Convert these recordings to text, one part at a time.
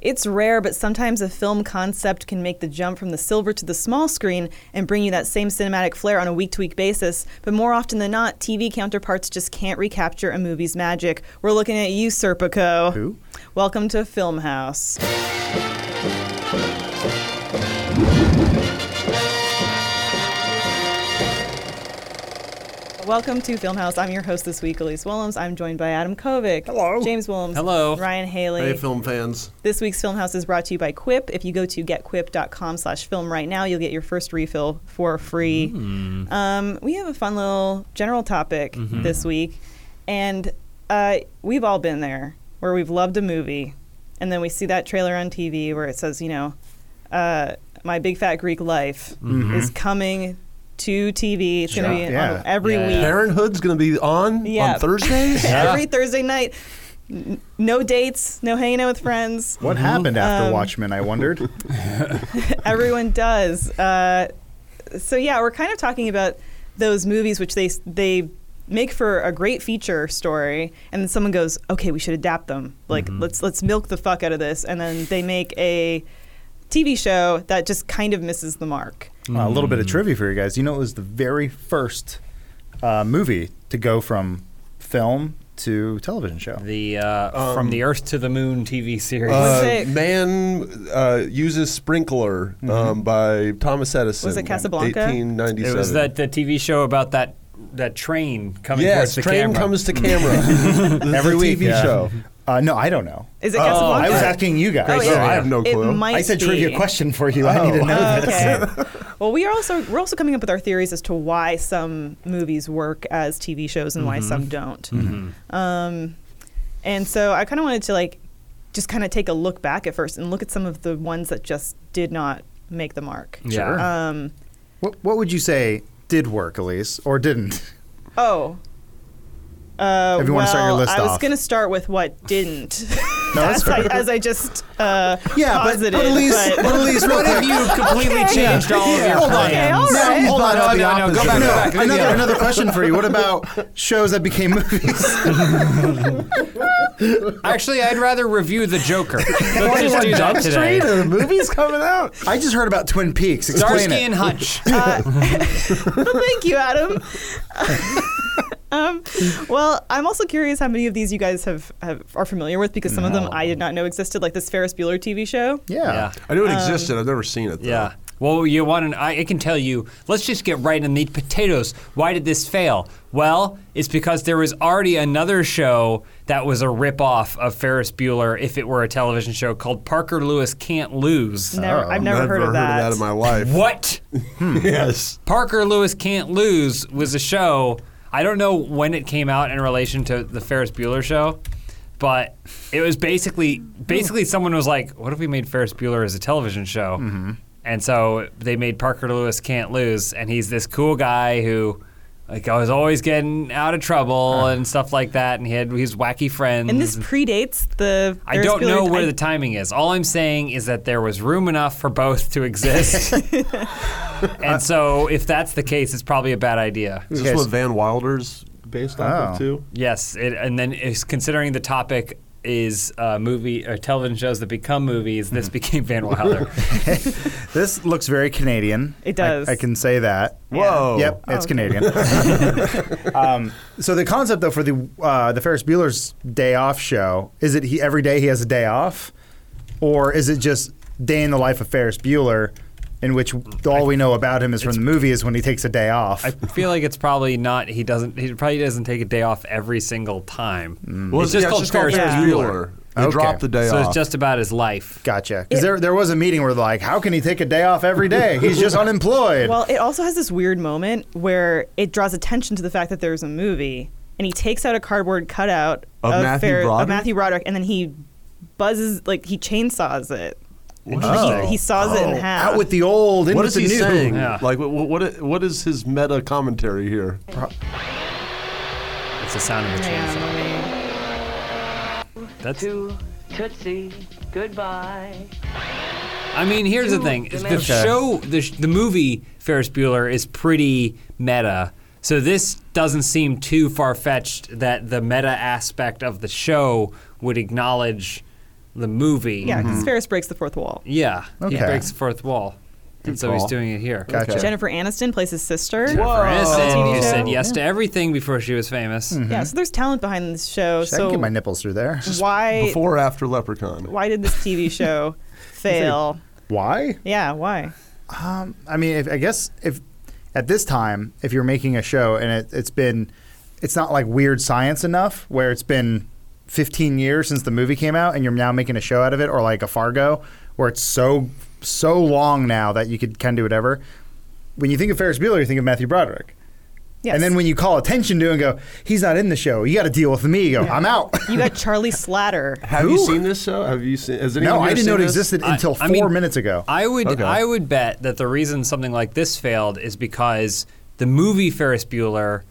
It's rare, but sometimes a film concept can make the jump from the silver to the small screen and bring you that same cinematic flair on a week to week basis. But more often than not, TV counterparts just can't recapture a movie's magic. We're looking at you, Serpico. Who? Welcome to Film House. Welcome to Film House. I'm your host this week, Elise Willems. I'm joined by Adam Kovic. Hello. James Willems. Hello. Ryan Haley. Hey, film fans. This week's Film House is brought to you by Quip. If you go to getquip.com slash film right now, you'll get your first refill for free. Um, we have a fun little general topic this week. And uh, we've all been there where we've loved a movie. And then we see that trailer on TV where it says, you know, uh, My Big Fat Greek Life is coming to TV. It's going to be Yeah. on every Yeah. week. Parenthood's going to be on Yeah. on Thursdays. Every Thursday night. N- No dates, no hanging out with friends. What happened after Watchmen? I wondered. Uh, Everyone does. Uh, so yeah, we're kind of talking about those movies which they they make for a great feature story, and then someone goes, "Okay, we should adapt them. Like Mm-hmm. let's let's milk the fuck out of this," and then they make a TV show that just kind of misses the mark. Uh, a little bit of trivia for you guys. You know, it was the very first uh, movie to go from film to television show. The uh, from the Earth to the Moon TV series. Was Uh, it- man uh, uses sprinkler um, by Thomas Edison. Was it Casablanca? 1897. it was that the TV show about that that train coming Yes, towards the train camera. comes to camera. This is Every a week, TV yeah. show. Uh, no, I don't know. Is it I Casablanca? was asking you Oh, guys. yeah. Oh, I have no It clue. might I said be. trivia question for you. I need to know Oh, this. okay. well, we are also we're also coming up with our theories as to why some movies work as TV shows and why Mm-hmm. some don't. Um, and so I kind of wanted to like just kind of take a look back at first and look at some of the ones that just did not make the mark. Sure. Um, What, what would you say did work, Elise, or didn't? oh. Uh, If you well, wanna start your list I was off. going to start with what didn't, No, that's as, I, fair. as I just uh, Yeah, but, posited. but Elise, but- but Elise, real what if quick. you completely changed all of your Hold on. plans? Okay, all Now right. he's Hold brought on, up the no, no, no, go opposite. back, go back. Another, Yeah. another question for you. What about shows that became movies? Actually, I'd rather review the Joker. Let's just do that today. Street, the movie's coming out. I just heard about Twin Peaks. Explain Starsky it. and Hutch. Well, thank you, Adam. um, well, I'm also curious how many of these you guys have, have are familiar with because some of them I did not know existed, like this Ferris Bueller TV show. Yeah. I Um, knew it existed. I've never seen it. Though. Yeah. Well, you want to? I, I can tell you. Let's just get right in the potatoes. Why did this fail? Well, it's because there was already another show that was a ripoff of Ferris Bueller, if it were a television show, called Parker Lewis Can't Lose. Never, I've never, heard, of that. in my life. What? yes. Parker Lewis Can't Lose was a show. I don't know when it came out in relation to the Ferris Bueller show, but it was basically basically someone was like, "What if we made Ferris Bueller as a television show?" And so they made Parker Lewis Can't Lose, and he's this cool guy who. Like I was always getting out of trouble and stuff like that, and he had his wacky friends. and this predates the. Mm-hmm. I Ferris don't Bueller- know where I- the timing is. All I'm saying is that there was room enough for both to exist. and so if that's the case, it's probably a bad idea. Is Okay, this so- what Van Wilder's based off Oh. of too? Yes, it, and then is considering the topic is uh, movie or television shows that become movies, this became Van Wilder. This looks very Canadian. It does. I, I can say that. Whoa. Yep, it's Oh. Canadian. um, so the concept, though, for the uh, the Ferris Bueller's Day Off show is it he every day he has a day off, or is it just day in the life of Ferris Bueller, in which all we know about him is from the movie is when he takes a day off. I feel like it's probably not. He doesn't. He probably doesn't take a day off every single time. Well, it's just yeah, called Ferris Bueller. They Okay. dropped the day So off. it's just about his life. gotcha. Because there there was a meeting where like, how can he take a day off every day? He's just unemployed. Well, it also has this weird moment where it draws attention to the fact that there's a movie, and he takes out a cardboard cutout Of Matthew Fer- of Broderick? Matthew Broderick, and then he buzzes like he chainsaws it. Interesting. He, he saws it in Oh. half. out with the old, in what with the is he new. saying? Yeah. Like, what, what, what is his meta commentary here? It's the sound of a Hang on, chainsaw. let me- That's. to Tootsie. Goodbye. I mean, here's the thing: is the Okay. show, the, sh- the movie Ferris Bueller is pretty meta. So this doesn't seem too far fetched that the meta aspect of the show would acknowledge the movie. Yeah, because Ferris breaks the fourth wall. Yeah. He Mm-hmm. Okay. breaks the fourth wall. and so he's call. doing it here. Gotcha. Jennifer Aniston plays his sister. For instance, TV who show? said yes to everything before she was famous. Mm-hmm. Yeah, so there's talent behind this show. I can so get my nipples through there. why Before or after Leprechaun? why did this TV show fail? Why? Yeah, why? Um, I mean, if, I guess if at this time, if you're making a show and it, it's been, it's not like weird science enough where it's been 15 years since the movie came out and you're now making a show out of it, or like a Fargo where it's so so long now that you could kind of do whatever. When you think of Ferris Bueller, you think of Matthew Broderick. Yes. And then when you call attention to it and go, he's not in the show. You got to deal with me. You go, I'm out. you got Charlie Slatter. Have you Who? seen this show? Have you seen? Has anyone no, I here didn't know seen it this? existed I- until four I mean, minutes ago. I would Okay. I would bet that the reason something like this failed is because the movie Ferris Bueller,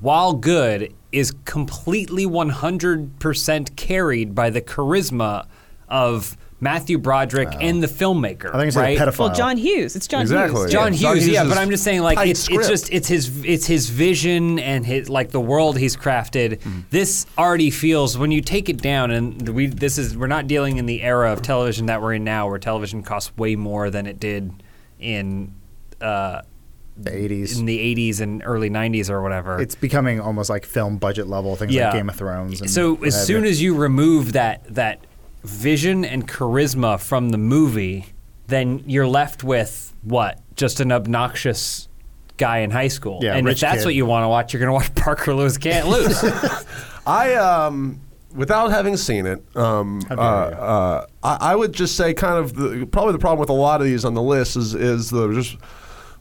while good, is completely 100% carried by the charisma of Matthew Broderick and the filmmaker. I think it's right? like a pedophile. Well, John Hughes. It's John Exactly. Hughes. John Yeah, John Hughes, Hughes yeah, is but I'm just saying, like, tight it's, it's script. just it's his it's his vision and his like the world he's crafted. Mm-hmm. This already feels when you take it down, and we this is we're not dealing in the era of television that we're in now, where television costs way more than it did in uh, the 80s. in the 80s and early 90s or whatever. it's becoming almost like film budget level things Yeah. like Game of Thrones. And so what as have soon you. as you remove that that vision and charisma from the movie, then you're left with what? Just an obnoxious guy in high school. Yeah, and if rich that's kid. what you want to watch, you're going to watch Parker Lewis Can't Lose. I um, without having seen it, um, uh, dare you. uh, I, I would just say kind of the, probably the problem with a lot of these on the list is is the just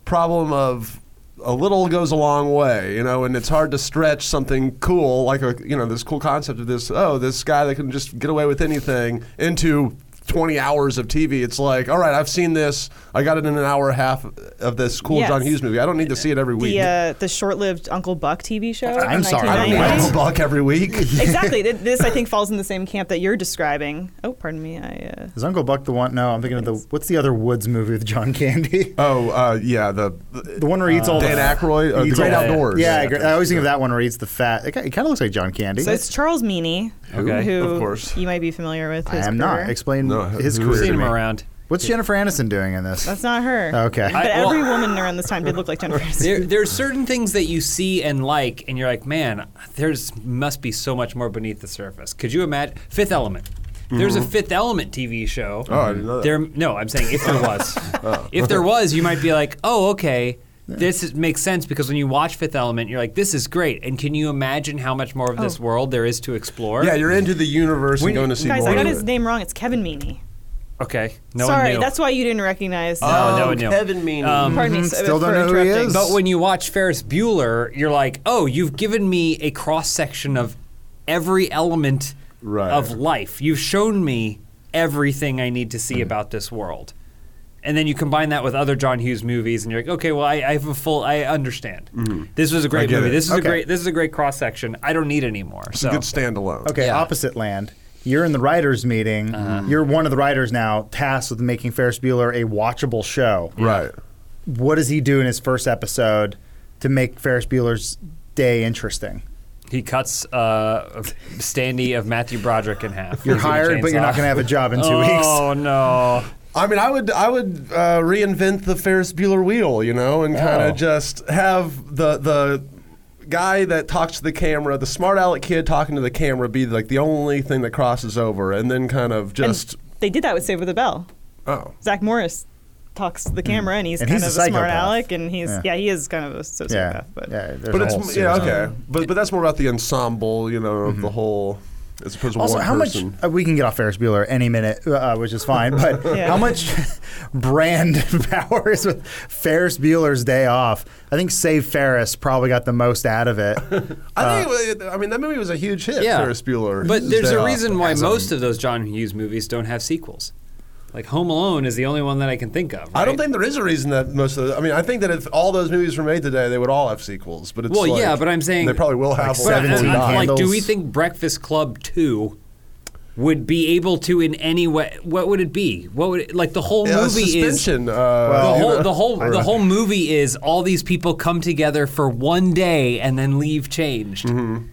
problem of a little goes a long way, you know, and it's hard to stretch something cool like a you know this cool concept of this oh this guy that can just get away with anything into. 20 hours of TV. It's like, all right, I've seen this. I got it in an hour and a half of this cool Yes. John Hughes movie. I don't need to see it every week. The uh, the short-lived Uncle Buck TV show. from I'm sorry, I don't need 1990. Uncle Buck every week. exactly. Th- This I think falls in the same camp that you're describing. Oh, pardon me. I uh, Is Uncle Buck the one? No, I'm thinking of the what's the other Woods movie with John Candy? Oh, uh, yeah, the the one where he eats all Dan the Aykroyd, uh, The eats Great all the- Outdoors. Yeah, uh, I, I always think of that one where he eats the fat. It, kind of looks like John Candy. so it's Charles Meany, Okay. who Of course. you might be familiar with. I his am not. career. Explain No, his who- career. Seen to him me. around. What's Jennifer Aniston doing in this? That's not her. Okay. But I- well- every woman around this time did look like Jennifer. Aniston. There, there are certain things that you see and like, and you're like, man, there's must be so much more beneath the surface. Could you imagine Fifth Element? There's a Fifth Element TV show. Mm-hmm. Oh, I didn't know that. Oh. There, no, I'm saying if there was, if there was, you might be like, oh, okay. This is, makes sense because when you watch Fifth Element, you're like, "This is great." And can you imagine how much more of Oh. this world there is to explore? Yeah, you're into the universe When- and going to see Guys, more. I got of his it. name wrong. It's Kevin Meany. Okay. No one Sorry, knew. that's why you didn't recognize. Oh, no one knew. Meany. Pardon me. Mhm, so- uh, still for don't know who he interrupting. is. But when you watch Ferris Bueller, you're like, oh, you've given me a cross section of every element Right. of life. You've shown me everything I need to Mm. see about this world. And then you combine that with other John Hughes movies, and you're like, okay, well, I, I have a full, I understand. Mm-hmm. This was a great get movie. it. This is a Okay. great, this is a great cross section. I don't need any more. it's so a good standalone. Okay, Yeah. Uh-huh. opposite land. You're in the writers' meeting. You're one of the writers now, tasked with making Ferris Bueller a watchable show. Right. What does he do in his first episode to make Ferris Bueller's day interesting? he cuts uh, a Standy of Matthew Broderick in half. You're With a hired, but you're not chainsaw. going to have a job in two weeks. Oh no! I mean, I would I would uh, reinvent the Ferris Bueller wheel, you know, and kind of Oh. just have the the guy that talks to the camera, the smart aleck kid talking to the camera, be like the only thing that crosses over, and then kind of And just they did that with Save with a Bell. oh. Zach Morris talks to the camera, and he's Mm. And kind he's of a a, smart psychopath. aleck, and he's Yeah. yeah. he is kind of a sociopath. Yeah, But yeah. there's But a it's whole m- yeah series on it. okay, but but that's more about the ensemble, you know, of the whole as opposed to Also, one how much person. uh, we can get off Ferris Bueller any minute, uh, which is fine. But Yeah. how much brand power is with Ferris Bueller's Day Off? I think Save Ferris probably got the most out of it. I think it wa- I mean that movie was a huge hit. Uh, Yeah. Ferris Bueller. But there's Day a Off. reason why As a- most of those John Hughes movies don't have sequels. Like Home Alone is the only one that I can think of. I don't right? think there is a reason that most of. The, I mean, I think that if all those movies were made today, they would all have sequels. But it's Well, like- yeah, but I'm saying they probably will have Like one. But I- I- 17 I- like, do we Candles. think Breakfast Club Two would be able to in any way? What would it be? What would it, like the whole Yeah, movie is? suspension. uh, The you whole, know. the whole, the whole movie is all these people come together for one day and then leave changed. Like Mm-hmm.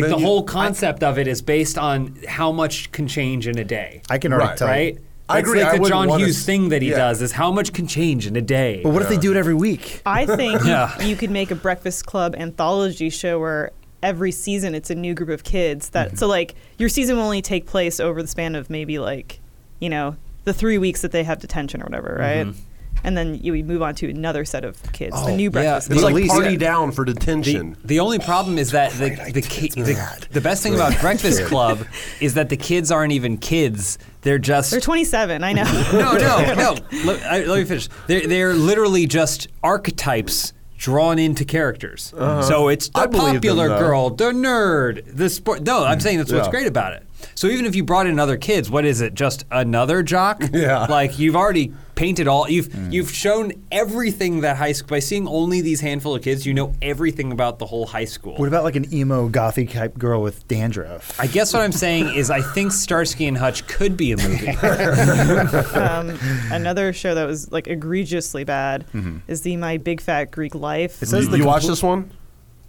then the you- whole concept of it is based on how much can change in a day. I can already Right. tell. right? I That's agree, I Like the wouldn't John wanna Hughes s- thing that he yeah. does is how much can change in a day. But what if they do it every week? I think you- Yeah. you, could make a Breakfast Club anthology show where every season it's a new group of kids that Mm-hmm. so like your season will only take place over the span of maybe like you know the three weeks that they have detention or whatever, right? Mm-hmm. And then you would move on to another set of kids, Oh, the new Breakfast. The It's like police- party yeah. down for The, detention. the only problem is that the the, ki- the, the best thing about Breakfast Club is that the kids aren't even kids. They're just They're 27, I know. no, no, no. Let, I, let me finish. They're, they're literally just archetypes drawn into characters. So it's the Uh-huh. I believe them, popular though. Mm. girl, the nerd, the sport. No, I'm saying that's what's Yeah. great about it. So even if you brought in other kids, what is it? Just another jock? Yeah. Mm. Like you've already painted all. You've you've shown everything that high school by seeing only these handful of kids. You know everything about the whole high school. What about like an emo gothy type girl with dandruff? I guess what I'm saying is I think Starsky and Hutch could be a movie. um, another show that was like egregiously bad Mm-hmm. is the My Big Fat Greek Life. It says you the watch compl- this one?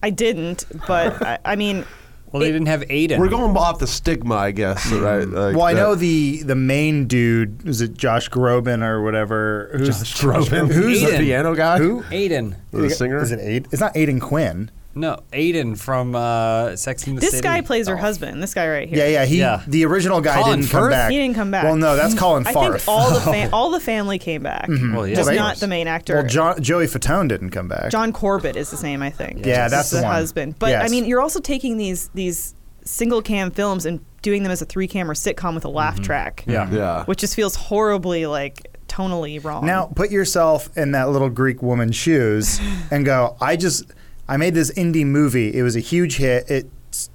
I didn't, but I, I mean, well, they didn't have Aiden. We're going off the stigma, I guess, right? Like Hmm. Well, I that- know the the main dude is it Josh Groban or whatever? Who's Josh Groban. Who's the Aiden. piano guy, Who? Aiden. the singer. Is it Aid? It's not Aiden Quinn. No, Aiden from uh, Sex and the this City. guy plays her Oh. husband. This guy right here. Yeah, yeah. He Yeah. the original guy Colin didn't come Firth? back. He didn't come back. Well, no, that's Colin I Farth. Mm-hmm. think all the fa- all the family came back, Well, yeah. just Well, they- not the main actor. Well, jo- Joey Fatone didn't come back. John Corbett is his name, I think. Yeah, Is that's the the one. husband. But I Yes. mean, you're also taking these these single cam films and doing them as a three camera sitcom with a laugh track. Yeah. Mm-hmm. Yeah. which just feels horribly like tonally wrong. Now put yourself in that little Greek woman's shoes and go. I just I made this indie movie. It was a huge hit. It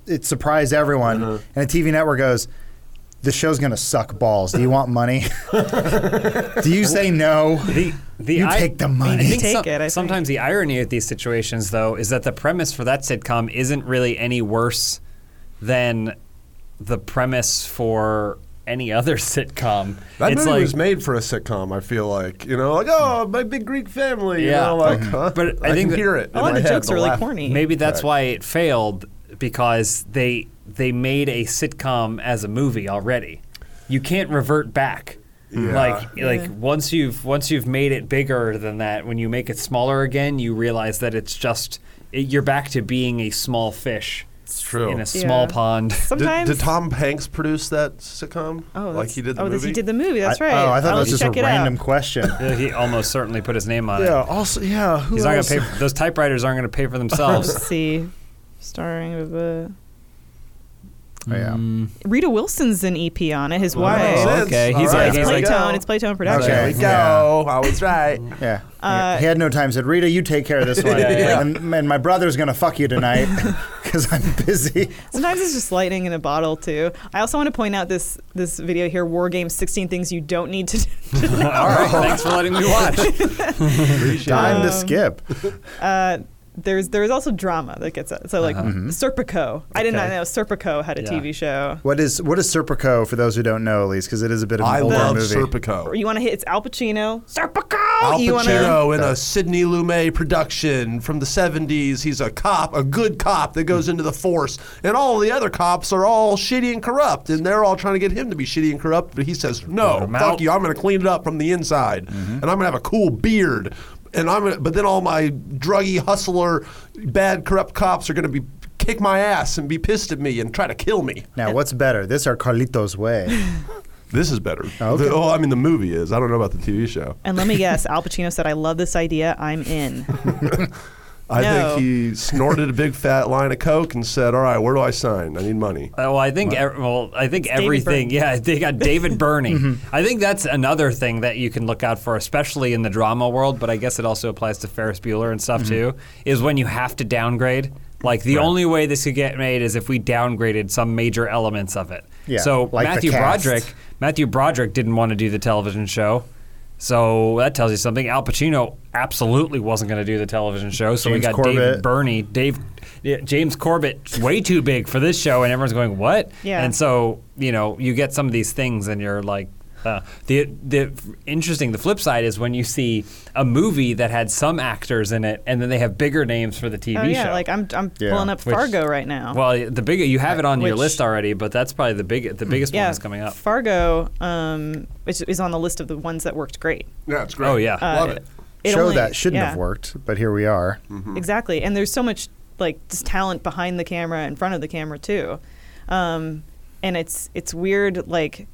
it surprised everyone, and the TV network goes. The show's gonna suck balls. Do you want money? Do you say no? The, the You I- take the money. I think Take some- it, I think. sometimes the irony of these situations, though, is that the premise for that sitcom isn't really any worse than the premise for any other sitcom. That it's movie like, was made for a sitcom. I feel like you know, like oh, my big Greek family. Yeah. you know, like, Mhm. Mm-hmm. huh? But I I, think can that- hear it. a lot in my of the head, jokes are really laugh. corny. Maybe that's why it failed because they they made a sitcom as a movie already. You can't revert back. Like like once you've once you've made it bigger than that, when you make it smaller again, you realize that it's just it, you're back to being a small fish It's true. in a small Yeah. pond. sometimes. Did, did Tom Hanks produce that sitcom? Oh, like that's- he did the oh, movie. this- he did the movie. That's I- right. oh, I thought I'll that was just a check it out. random question. Oh, Yeah, he almost certainly put his name on yeah. it. Also, yeah. Who He's not gonna else? pay. Those typewriters aren't gonna pay for Let's themselves. see, starring of uh, Oh, yeah. Mm. Rita Wilson's an EP on it. His Makes wife. Oh, sense. okay. All He's Yeah, like- it's he's like- Playtone. It's Playtone Productions. There we Okay. go. Oh, Yeah. I was right. Yeah. Uh, he had no time. Said, Rita, you take care of this one. Yeah, yeah. And, and my brother's going to fuck you tonight because I'm busy. Sometimes it's just lightning in a bottle too. I also want to point out this this video here, War Games 16 Things You Don't Need to Do. All right, thanks for letting me watch. Time to skip. Uh, there's there is also drama that gets it. So like Serpico. I did not Okay. know Serpico had a Yeah. TV show. What is what is Serpico for those who don't know, Elise? Because it is a bit of an I older love movie. Or Serpico. you want to hit it's Al Pacino. Serpico. Al you want to Pacino Oh, in a Sidney Lumet production from the 70s. He's a cop, a good cop that goes into the force, and all the other cops are all shitty and corrupt, and they're all trying to get him to be shitty and corrupt, but he says, "No, Vote him fuck out." you. I'm going to clean it up from the inside, and I'm going to have a cool beard." And I'm gonna, but then all my druggy hustler, bad corrupt cops are going to be kick my ass and be pissed at me and try to kill me. Now, what's better? This or Carlito's Way? This is better. Okay. The- oh, I mean the movie is. I don't know about the TV show. And let me guess, Al Pacino said, "I love this idea. I'm in." I No. think he snorted a big fat line of coke and said, "All right, where do I sign? I need money." Uh, well, I think ev- well, I think David everything. Byrne. Yeah, they got David Burney. Mm-hmm. I think that's another thing that you can look out for, especially in the drama world. But I guess it also applies to Ferris Bueller and Mm-hmm. stuff too. Is when you have to downgrade. Like the only way this could get made is if we downgraded some major elements of it. Yeah, so like the Matthew cast. Broderick, Matthew Broderick didn't want to do the television show. So that tells you something. Al Pacino absolutely wasn't going to do the television show. So we James got Corbett. David Bernie, Dave, yeah, James Corbett, way too big for this show, and everyone's going, "What?" Yeah. And so you know, you get some of these things, and you're like, Uh, the the interesting the flip side is when you see a movie that had some actors in it and then they have bigger names for the TV Oh yeah, show. like I'm I'm Yeah. pulling up Which- Fargo right now. well, the big you have it on your Which- Mm, list already, but that's probably the big the biggest yeah, one that's coming up. Fargo um, is, is on the list of the ones that worked great. Yeah, it's great. Oh, yeah. love Uh, it. it show only- that shouldn't yeah. have worked, but here we are. Exactly. And there's so much like just talent behind the camera, in front of the camera too. Um, and it's it's weird. Like,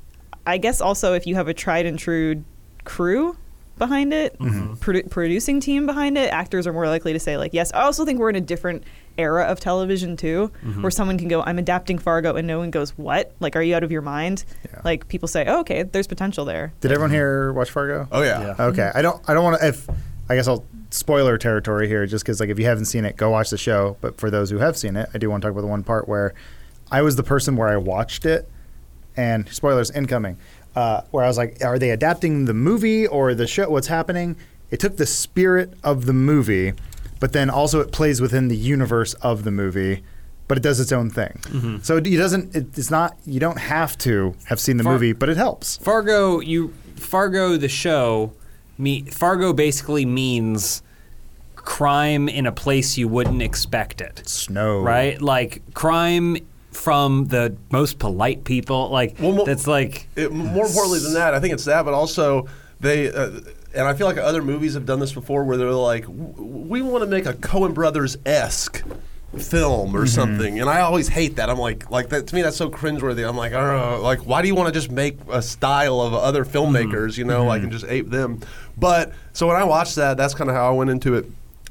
I guess also if you have a tried and true crew behind it, produ- producing team behind it, actors are more likely to say like yes. I also think we're in a different era of television too, where someone can go, I'm adapting Fargo, and no one goes, what? Like, are you out of your mind? Yeah. Like people say, oh, okay, there's potential there. Did everyone here watch Fargo? Oh yeah. Yeah. Okay, I don't. I don't want to. If I guess I'll spoiler territory here, just because like if you haven't seen it, go watch the show. But for those who have seen it, I do want to talk about the one part where I was the person where I watched it, and spoilers incoming. Uh, where I was like, are they adapting the movie or the show? What's happening? It took the spirit of the movie, but then also it plays within the universe of the movie. But it does its own thing, Mm-hmm. so it, it doesn't. It, it's not. You don't have to have seen the Far- movie, but it helps. Fargo, you Fargo the show, me Fargo basically means crime in a place you wouldn't expect it. Oh. Snow, Right? Like crime from the most polite people. Like Well, mo- that's like It, more importantly than that, I think it's that, but also they. Uh, and I feel like other movies have done this before, where they're like, "W- "We want to make a Coen Brothers esque film Mm-hmm. or something," and I always hate that. I'm like, like that to me, that's so cringeworthy. I'm like, "Ugh," like why do you want to just make a style of other filmmakers, Mm-hmm. you know, like and just ape them? But so when I watched that, that's kind of how I went into it.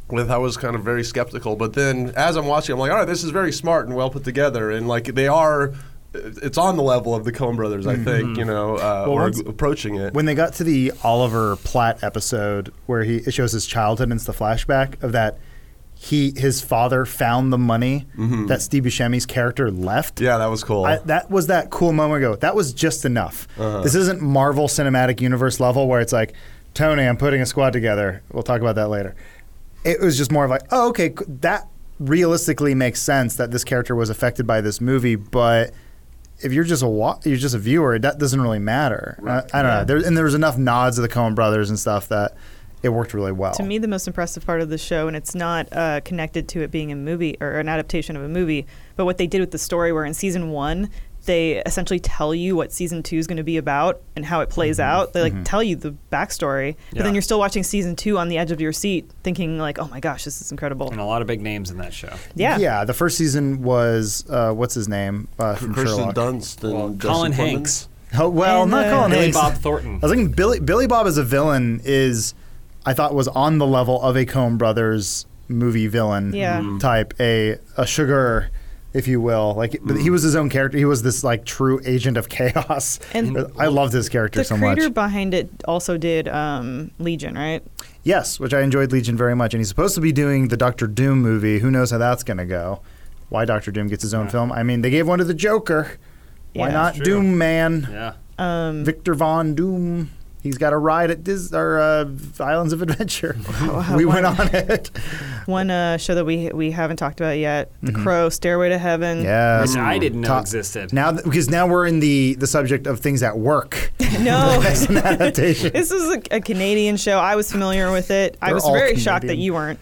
With I was kind of very skeptical, but then as I'm watching, I'm like, all right, this is very smart and well put together, and like they are, it's on the level of the Coen Brothers, I think, you know, uh, Mm-hmm. Well, or once- approaching it. When they got to the Oliver Platt episode where he it shows his childhood and it's the flashback of that he his father found the money that Steve Buscemi's character left. Mm-hmm. Yeah, that was cool. I, that was that cool moment ago. That was just enough. This isn't Marvel Cinematic Universe level where it's like, Tony, I'm putting a squad together. We'll talk about that later. It was just more of like, oh, okay, c- that realistically makes sense that this character was affected by this movie, but if you're just a wa- you're just a viewer, that doesn't really matter. I, I don't know. There, and there was enough nods to the Coen Brothers and stuff that it worked really well. To me, the most impressive part of the show, and it's not uh, connected to it being a movie or an adaptation of a movie, but what they did with the story, where in season one, they essentially tell you what season two is going to be about and how it plays out. They like tell you the backstory, but Yeah. then you're still watching season two on the edge of your seat, thinking like, "Oh my gosh, this is incredible." and a lot of big names in that show. Yeah, yeah. The first season was uh, what's his name uh, from Kirsten Sherlock. Dunst and Well, Dustin Colin Hoffman. Hanks. Oh, well, And, not uh, Colin Billy Hanks. Bob Thornton. I was thinking Billy Billy Bob as a villain is, I thought was on the level of a Coen Brothers movie villain Yeah. Mhm. type, a a sugar, if you will. Like, but Mm-hmm. he was his own character. He was this like true agent of chaos. And- I loved his character The so much. creator behind it also did um, Legion, right? Yes, which I enjoyed Legion very much. And he's supposed to be doing the Doctor Doom movie. Who knows how that's going to go? Why Doctor Doom gets his own film? I mean, they gave one to the Joker. Why Yeah. not True. Doom Man? Yeah. Victor Von Doom. He's got a ride at Dis- or, uh, Islands of Adventure. we went on it. One uh, show that we we haven't talked about yet, The Crow, Stairway to Heaven. Yes. Which I didn't know Top- existed. Now, th- because now we're in the, the subject of things at work. No. It's an adaptation. This is a, a Canadian show. I was familiar with it. I They're was all very shocked that Canadian. you weren't.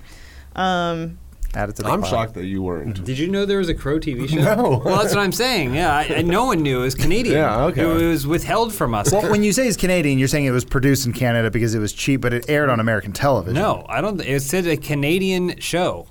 Um, Add it to the I'm pile. shocked that you weren't. Mm-hmm. Did you know there was a Crow TV show? No. Well, that's what I'm saying. Yeah, I, I, no one knew. It was Canadian. Yeah, okay. It was withheld from us. Well, when you say it's Canadian, you're saying it was produced in Canada because it was cheap, but it aired on American television. No, I don't. It said a Canadian show.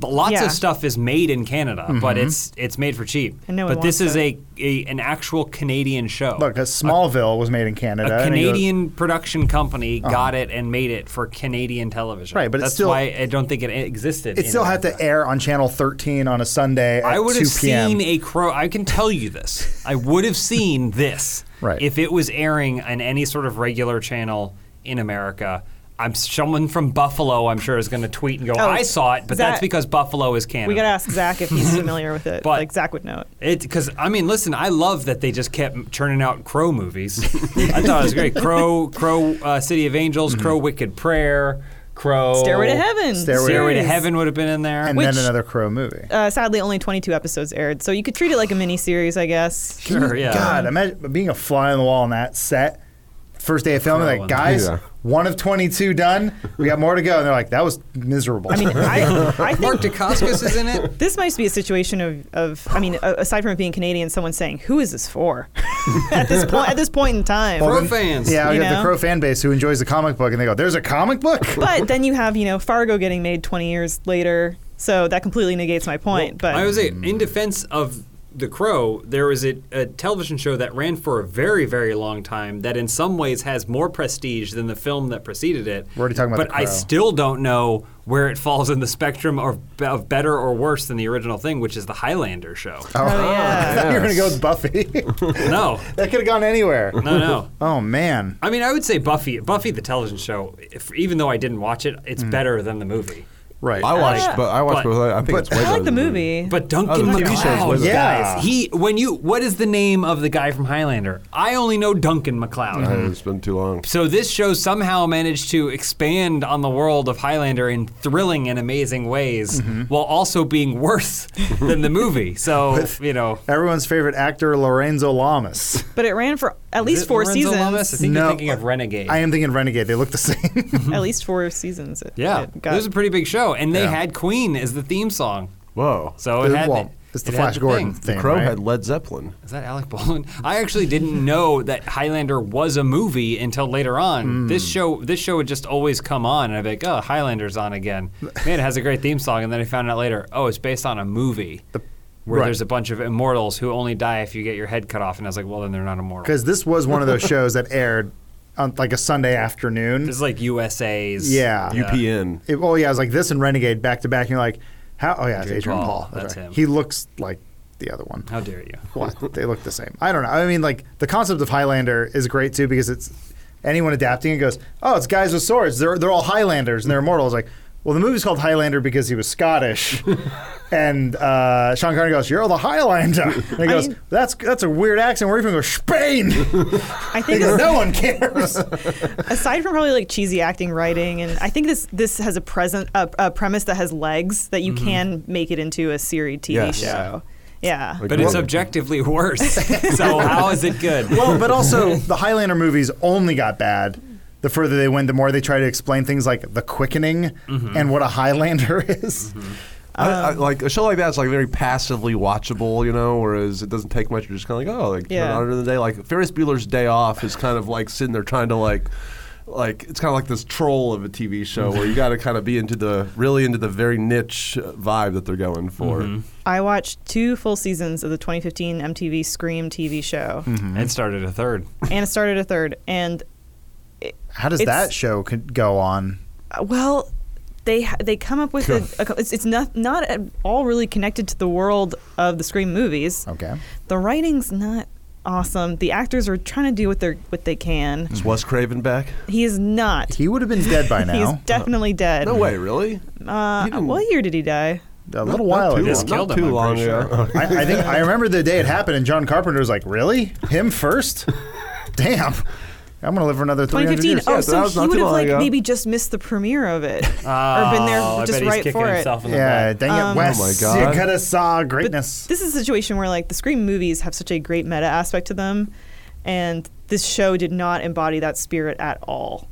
But lots Yeah. of stuff is made in Canada, but Mm-hmm. it's it's made for cheap. And no one but this wants is a, a an actual Canadian show. Look, uh, Smallville was made in Canada. a and it goes- Uh-huh. Canadian production company got it and made it for Canadian television. Right, but it's that's still- why I don't think it existed. It in still had America. to air on Channel 13 on a Sunday at I would 2 have p.m. seen a crow. I can tell you this. I would have seen this Right. if it was airing on any sort of regular channel in America. I'm someone from Buffalo. I'm sure is going to tweet and go, Oh, "I saw it," but that's Zach- because Buffalo is Canada. we got to ask Zach if he's familiar with it. But- like Zach would know it. It because I mean, listen, I love that they just kept churning out Crow movies. I thought it was great. Crow, Crow, uh, City of Angels, Crow, Wicked Prayer, Crow. Oh, Stairway to Heaven. Stairway- Stairway to series. Heaven would have been in there. and Which- then another Crow movie. Uh, sadly, only 22 episodes aired, so you could treat it like a mini series, I guess. sure, yeah. God, imagine being a fly on the wall on that set. First day of filming, Crow like and- guys, Yeah. one of twenty-two done. We got more to go, and they're like, "That was miserable." I mean, I, I think Mark Dacascos is in it. This might be a situation of, of I mean, a- aside from it being Canadian, someone saying, "Who is this for?" at this point, at this point in time. Crow fans. yeah, we you got the know? Oh, Crow fan base who enjoys the comic book, and they go, "There's a comic book." but then you have you know Fargo getting made 20 years later, so that completely negates my point. but I was say, in defense of The Crow, there was a, a television show that ran for a very, very long time that in some ways has more prestige than the film that preceded it. We're already talking about But The I Crow. still don't know where it falls in the spectrum of, of better or worse than the original thing, which is the Highlander show. oh yeah. You're gonna go with Buffy. No, that could have gone anywhere. no, no. Oh man, I mean, I would say Buffy, Buffy the television show, if, even though I didn't watch it, it's Mm. better than the movie. right? I watched, but I watched But- both. I think it's way I better like the than movie. But Duncan Oh, the TV show's McLeod, way better. Yeah. guys. He when you what is the name of the guy from Highlander? I only know Duncan McLeod. Mm-hmm. Uh, It's been too long. So this show somehow managed to expand on the world of Highlander in thrilling and amazing ways, Mm-hmm. while also being worse than the movie. So you know, Everyone's favorite actor, Lorenzo Lamas. But it ran for at least four Lorenzo seasons. Lamas? I think No. you're thinking of Renegade. I am thinking Renegade. They look the same. At least four seasons. It, Hmm. yeah, it it got- was a pretty big show, and they Yeah. had Queen as the theme song. Whoa. So it had Well, it's the it had Flash Gordon thing. thing. Crow right? had Led Zeppelin. Is that Alec Baldwin? I actually didn't know that Highlander was a movie until later Hmm. on. This show, this show would just always come on, and I'd be like, "Oh, Highlander's on again." Man, it has a great theme song, and then I found out later, oh, it's based on a movie where right. there's a bunch of immortals who only die if you get your head cut off, and I was like, "Well, then they're not immortal." because this was one of those shows that aired on like a Sunday afternoon. This is like USA's. Yeah. UPN. It, oh yeah, it was like this and Renegade back to back. And you're like, how? Oh yeah, it's Adrian Adrian Paul. Paul, That's that's right. him. He looks like the other one. How dare you? What? they look the same. I don't know. I mean, like the concept of Highlander is great too because it's anyone adapting it goes, oh, it's guys with swords. They're they're all Highlanders and they're immortal. It's like. Well, the movie's called Highlander because he was Scottish, and uh, Sean Connery goes, "You're the Highlander." And he goes, mean- "That's that's a weird accent. Where are you from?" He goes, "Spain." I He think goes, it's- "No one cares." aside from probably like cheesy acting, writing, and I think this this has a present a, a premise that has legs that Mm-hmm. you can make it into a series TV Yes. show. Yeah. Yeah. But it's Well- objectively worse. so how is it good? well, but also the Highlander movies only got bad. The further they went, the more they try to explain things like the quickening and what a Highlander is. I, I, Um, like a show like that's like very passively watchable, you know. Whereas it doesn't take much. You're just kind of like, oh, like turn Yeah. it on during the day. Like Ferris Bueller's Day Off is kind of like sitting there trying to like, like it's kind of like this troll of a TV show where you got to kind of be into the really into the very niche uh, vibe that they're going for. Mm-hmm. I watched two full seasons of the 2015 MTV Scream TV show, It started a third. and it started a third. And How does It's- that show co- go on? uh, well, they ha- they come up with a, a co- it's, it's not not at all really connected to the world of the Scream movies. Okay. The writing's not awesome. The actors are trying to do what they are what they can. Is Wes Craven back? He is not. He would have been dead by He's now. definitely dead. No way, really. Mm-hmm. Uh, He didn't- what year did he die? a Not- little not while too ago. Just long- killed not him, Too I'm long pretty ago. I, I think I remember the day it happened, and John Carpenter was like, "Really? Him first? Damn! I'm gonna live for another 300 2015. years." Oh, Yeah, so that so was not he too would have long like ago. maybe just missed the premiere of it, or been Oh, there I just bet he's right kicking for it. himself in the Yeah, butt. dang it, Um, Wes! Oh my God. You could have saw greatness. This is a situation where like the Scream movies have such a great meta aspect to them, and this show did not embody that spirit at all.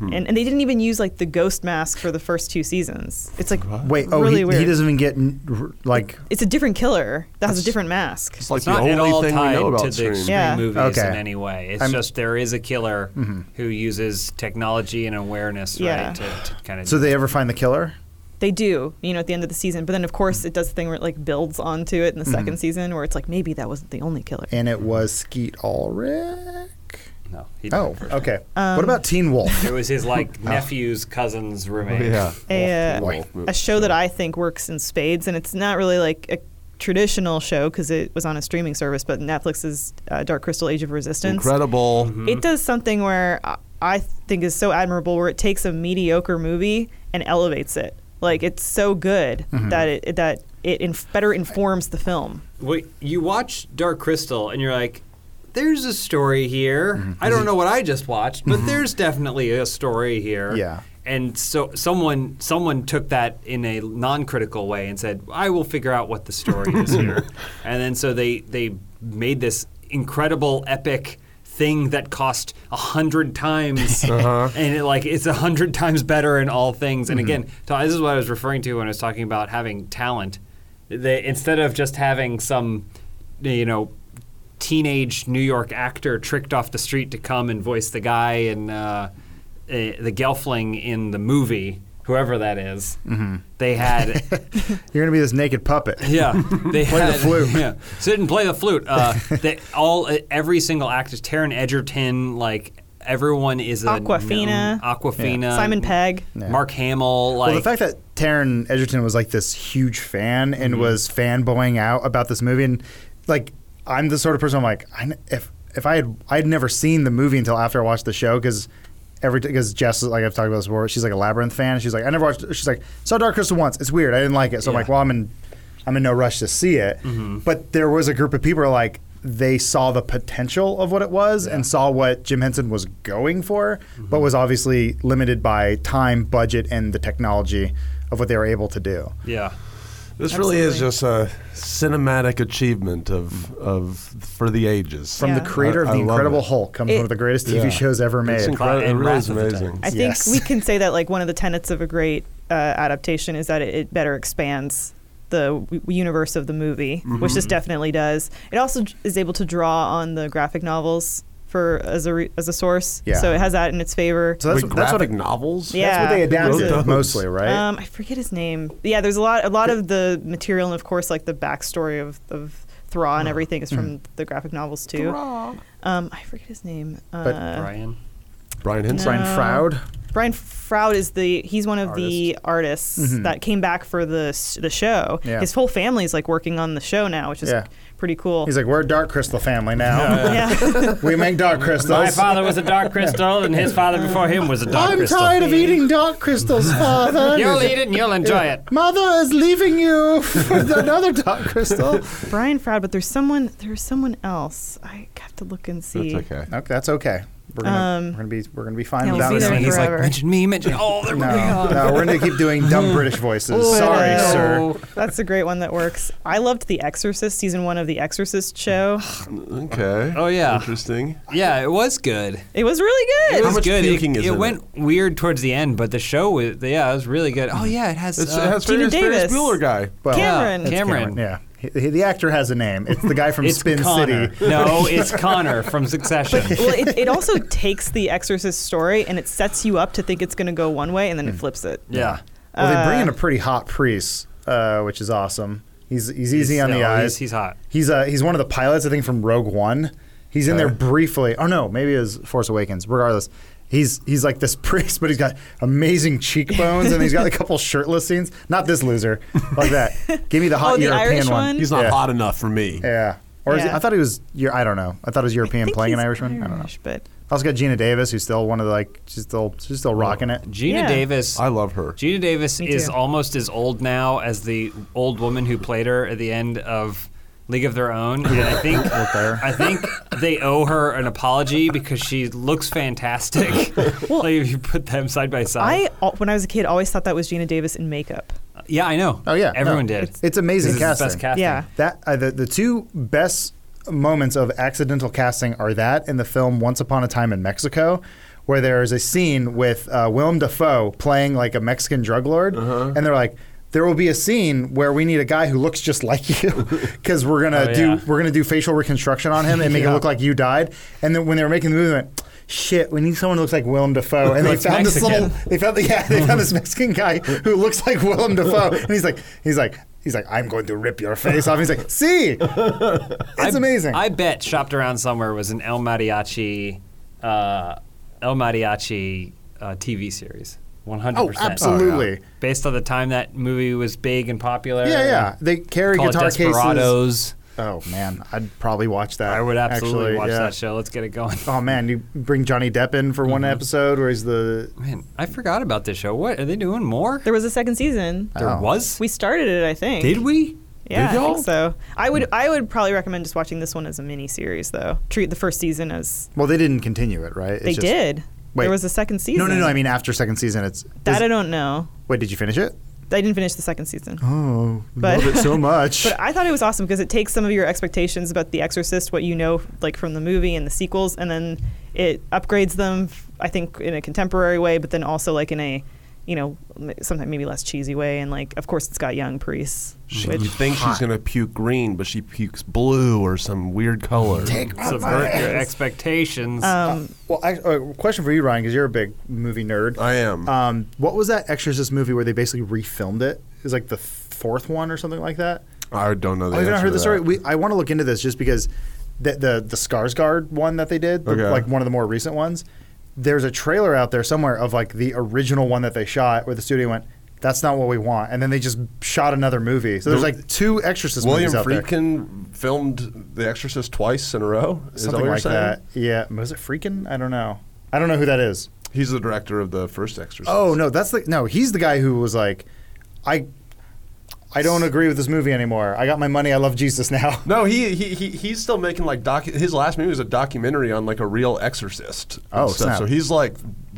And, and they didn't even use like the ghost mask for the first two seasons. It's like Wait, oh, really he, weird. he doesn't even get n- like It's a different killer that has a different mask. It's like It's the not only at all thing we tied know to about the Scream. Scream Yeah. movies Okay. in any way. It's I'm- just there is a killer Mm-hmm. who uses technology and awareness, Yeah. right, to, to kind of. So they ever find the killer? They do, you know, at the end of the season. But then of course it does the thing where it like builds onto it in the second season, where it's like maybe that wasn't the only killer. and it was Skeet Ulrich. no, he Oh, didn't. okay. what about Teen Wolf? It was his like nephew's cousin's roommate. Oh. Yeah. a, uh, Boy. a show that I think works in spades, and it's not really like a traditional show because it was on a streaming service, but Netflix's uh, Dark Crystal: Age of Resistance. Incredible. It does something where I- I think is so admirable, where it takes a mediocre movie and elevates it. Like it's so good that it that it inf- better informs the film. Well, you watch Dark Crystal and you're like, "There's Mm-hmm. a story here. I don't know what I just watched, but there's definitely a story here." Yeah. and so someone someone took that in a non-critical way and said, "I will figure out what the story is here," and then so they they made this incredible epic thing that cost a hundred times, and it, like it's a hundred times better in all things. And again, Tom, this is what I was referring to when I was talking about having talent. They instead of just having some, you know, teenage New York actor tricked off the street to come and voice the guy in uh, uh, the Gelfling in the movie, whoever that is. Mm-hmm. They had, You're going to be this naked puppet. yeah, they play the had, flute. Yeah, sit and play the flute. Uh, they, all eh, every single actor, Taron Egerton, like everyone is a Aquafina. known- Aquafina, Simon Pegg. Mark Hamill, like well, the fact that Taryn Edgerton was like this huge fan and was fanboying out about this movie, and like I'm the sort of person I'm like, I, kn- if if I had I'd never seen the movie until after I watched the show because every because Jess like I've talked about this before, she's like a labyrinth fan. She's like, I never watched. She's like, saw Dark Crystal once. It's weird. I didn't like it. So I'm Yeah. like, well, I'm in I'm in no rush to see it. Mm-hmm. But there was a group of people who are like they saw the potential of what it was and saw what Jim Henson was going for, Mm-hmm. but was obviously limited by time, budget, and the technology of what they were able to do. yeah. This really is Absolutely. just a cinematic achievement of of for the ages. From Yeah. the creator of I- the I love Incredible it. Hulk comes one of the greatest TV Yeah. shows ever It's made. incredible. It And really Wrath is of the amazing. I think Yes. we can say that like one of the tenets of a great uh, adaptation is that it, it better expands the w- universe of the movie, which Mm-hmm. this definitely does. It also j- is able to draw on the graphic novels for as a re- as a source, Yeah. so it has that in its favor. So that's, Wait, that's what graphic novels. Yeah. that's what they Wrote adapted those. mostly, right? Um, I forget his name. Yeah, there's a lot, a lot of the material, and of course, like the backstory of of Thraw and Uh-huh. everything is from Mm-hmm. the graphic novels too. Um, I forget his name. Uh, But Brian. Brian Henson. Brian no. Froud. Brian Froud is the he's one of the artists that came back for the s- the show. Mm-hmm. Yeah. His whole family's like working on the show now, which is Yeah. pretty cool. He's like, we're a Dark Crystal family now. yeah, we make Dark My Crystals. father was a dark crystal, and his father before him was a dark I'm crystal. tired of eating Dark Crystals, father. You'll eat it and you'll enjoy it. Mother is leaving you for another Dark Crystal. Brian Froud, but there's someone there's someone else. I have to look and see. That's okay. Okay, that's okay. We're gonna, we're gonna be we're gonna be fine yeah, we'll without be it. there And he's like, forever. mention me, mention. Oh, there we No, go. no, we're gonna keep doing dumb British voices. Oh, Sorry, no. sir. That's a great one that works. I loved The Exorcist season one of The Exorcist show. Okay. Oh, yeah. Interesting. Yeah, it was good. It was really It good. was much good. puking it, is it in it? went weird towards the end, but the show was yeah, it was really good. Oh yeah, it has. It's, uh, it has Gina Ferris, Ferris Davis. Bueller guy. Well, Cameron. Yeah, Cameron. Yeah, he, he- the actor has a name. It's the guy from It's Spin Connor. City. no, it's Connor from Succession. well, it, it also takes the Exorcist story and it sets you up to think it's going to go one way, and Hmm. then it flips it. yeah. Well, they Uh, bring in a pretty hot priest, uh, which is awesome. He's he's easy He's- on the no, he's- eyes. he's hot. He's uh, he's one of the pilots, I think, from Rogue One. He's in there briefly. Oh no, maybe it was Force Awakens. Regardless, he's he's like this priest, but he's got amazing cheekbones and he's got a couple shirtless scenes. Not this loser, like that. Give me the hot Oh, the European Irish one? He's not Yeah. hot enough for me. Yeah. Or Is he, Yeah. I thought he was. Eu- I don't know. I thought he was I European think playing an he's Irishman. I don't know. Irish, But Also got Gina Davis, who's still one of the like. She's still she's still rocking it. Gina Yeah. Davis. I love her. Gina Davis Me is too. almost as old now as the old woman who played her at the end of League of Their Own, and I think there. I think they owe her an apology because she looks fantastic. like if you put them side by side, I, al- when I was a kid, always thought that was Gina Davis in makeup. yeah, I know. Oh yeah, everyone No, did. It's, it's amazing This is the casting. best casting. Yeah. That uh, the the two best moments of accidental casting are that in the film Once Upon a Time in Mexico, where there is a scene with uh, Willem Dafoe playing like a Mexican drug lord, Uh-huh. and they're like. There will be a scene where we need a guy who looks just like you, because we're gonna Oh, do yeah. we're gonna do facial reconstruction on him and make it look like you died. And then when they were making the movie, they went, "Shit, we need someone who looks like Willem Dafoe." And they Looks found this Mexican. little they found the, yeah, they found this Mexican guy who looks like Willem Dafoe, and he's like, he's like, he's like, I'm going to rip your face off. He's like, see, it's amazing. I bet shopped around somewhere was an El Mariachi, uh, El Mariachi uh, TV series. One hundred oh, percent. absolutely. Based on the time that movie was big and popular. yeah. yeah, They carry uh, Call it guitar cases. Desperados. Oh man, I'd probably watch that. I would absolutely actually, watch yeah. that Mm-hmm. show. Let's get it going. Oh man, you bring Johnny Depp in for one episode where he's the Man, I forgot about this show. What are they doing more? There was a second season. There Oh. was. We started it, I think. Did we? Yeah, Did I y'all? think so. I would, I would probably recommend just watching this one as a mini series, though. Treat the first season as well, they didn't continue it, right? It's they just- did. Wait. There was a second season. No, no, no. I mean, after second season, it's. that is- I don't know. wait, did you finish it? I didn't finish the second season. Oh, But- love it so much. But I thought it was awesome because it takes some of your expectations about The Exorcist, what you know like from the movie and the sequels, and then it upgrades them. I think in a contemporary way, but then also like in a, you know, m- sometimes maybe less cheesy way. And like, of course, it's got young priests. She, which- you think she's gonna puke green, but she pukes blue or some weird color. subvert your expectations. um, well, I, uh, question for you, Ryan, because you're a big movie nerd. I am. Um, what was that Exorcist movie where they basically refilmed it? It was like the fourth one or something like that. I don't know. The Oh, you've answer not heard to the story. that. We, I want to look into this just because the the, the Skarsgård one that they did, the- Okay. like one of the more recent ones. There's a trailer out there somewhere of like the original one that they shot, where the studio went, "That's not what we want," and then they just shot another movie. So there's The- like two Exorcist William movies out there. Friedkin filmed The Exorcist twice in a row. Is Something that what you're like saying? that. Yeah, was it Freakin? I don't know. I don't know who that is. He's the director of the first Exorcist. Oh no, that's the no. He's the guy who was like, I, I don't agree with this movie anymore. I got my money. I love Jesus now. No, he, he, he he's still making like doc. His last movie was a documentary on like a real exorcist. and Oh, stuff. snap. so he's like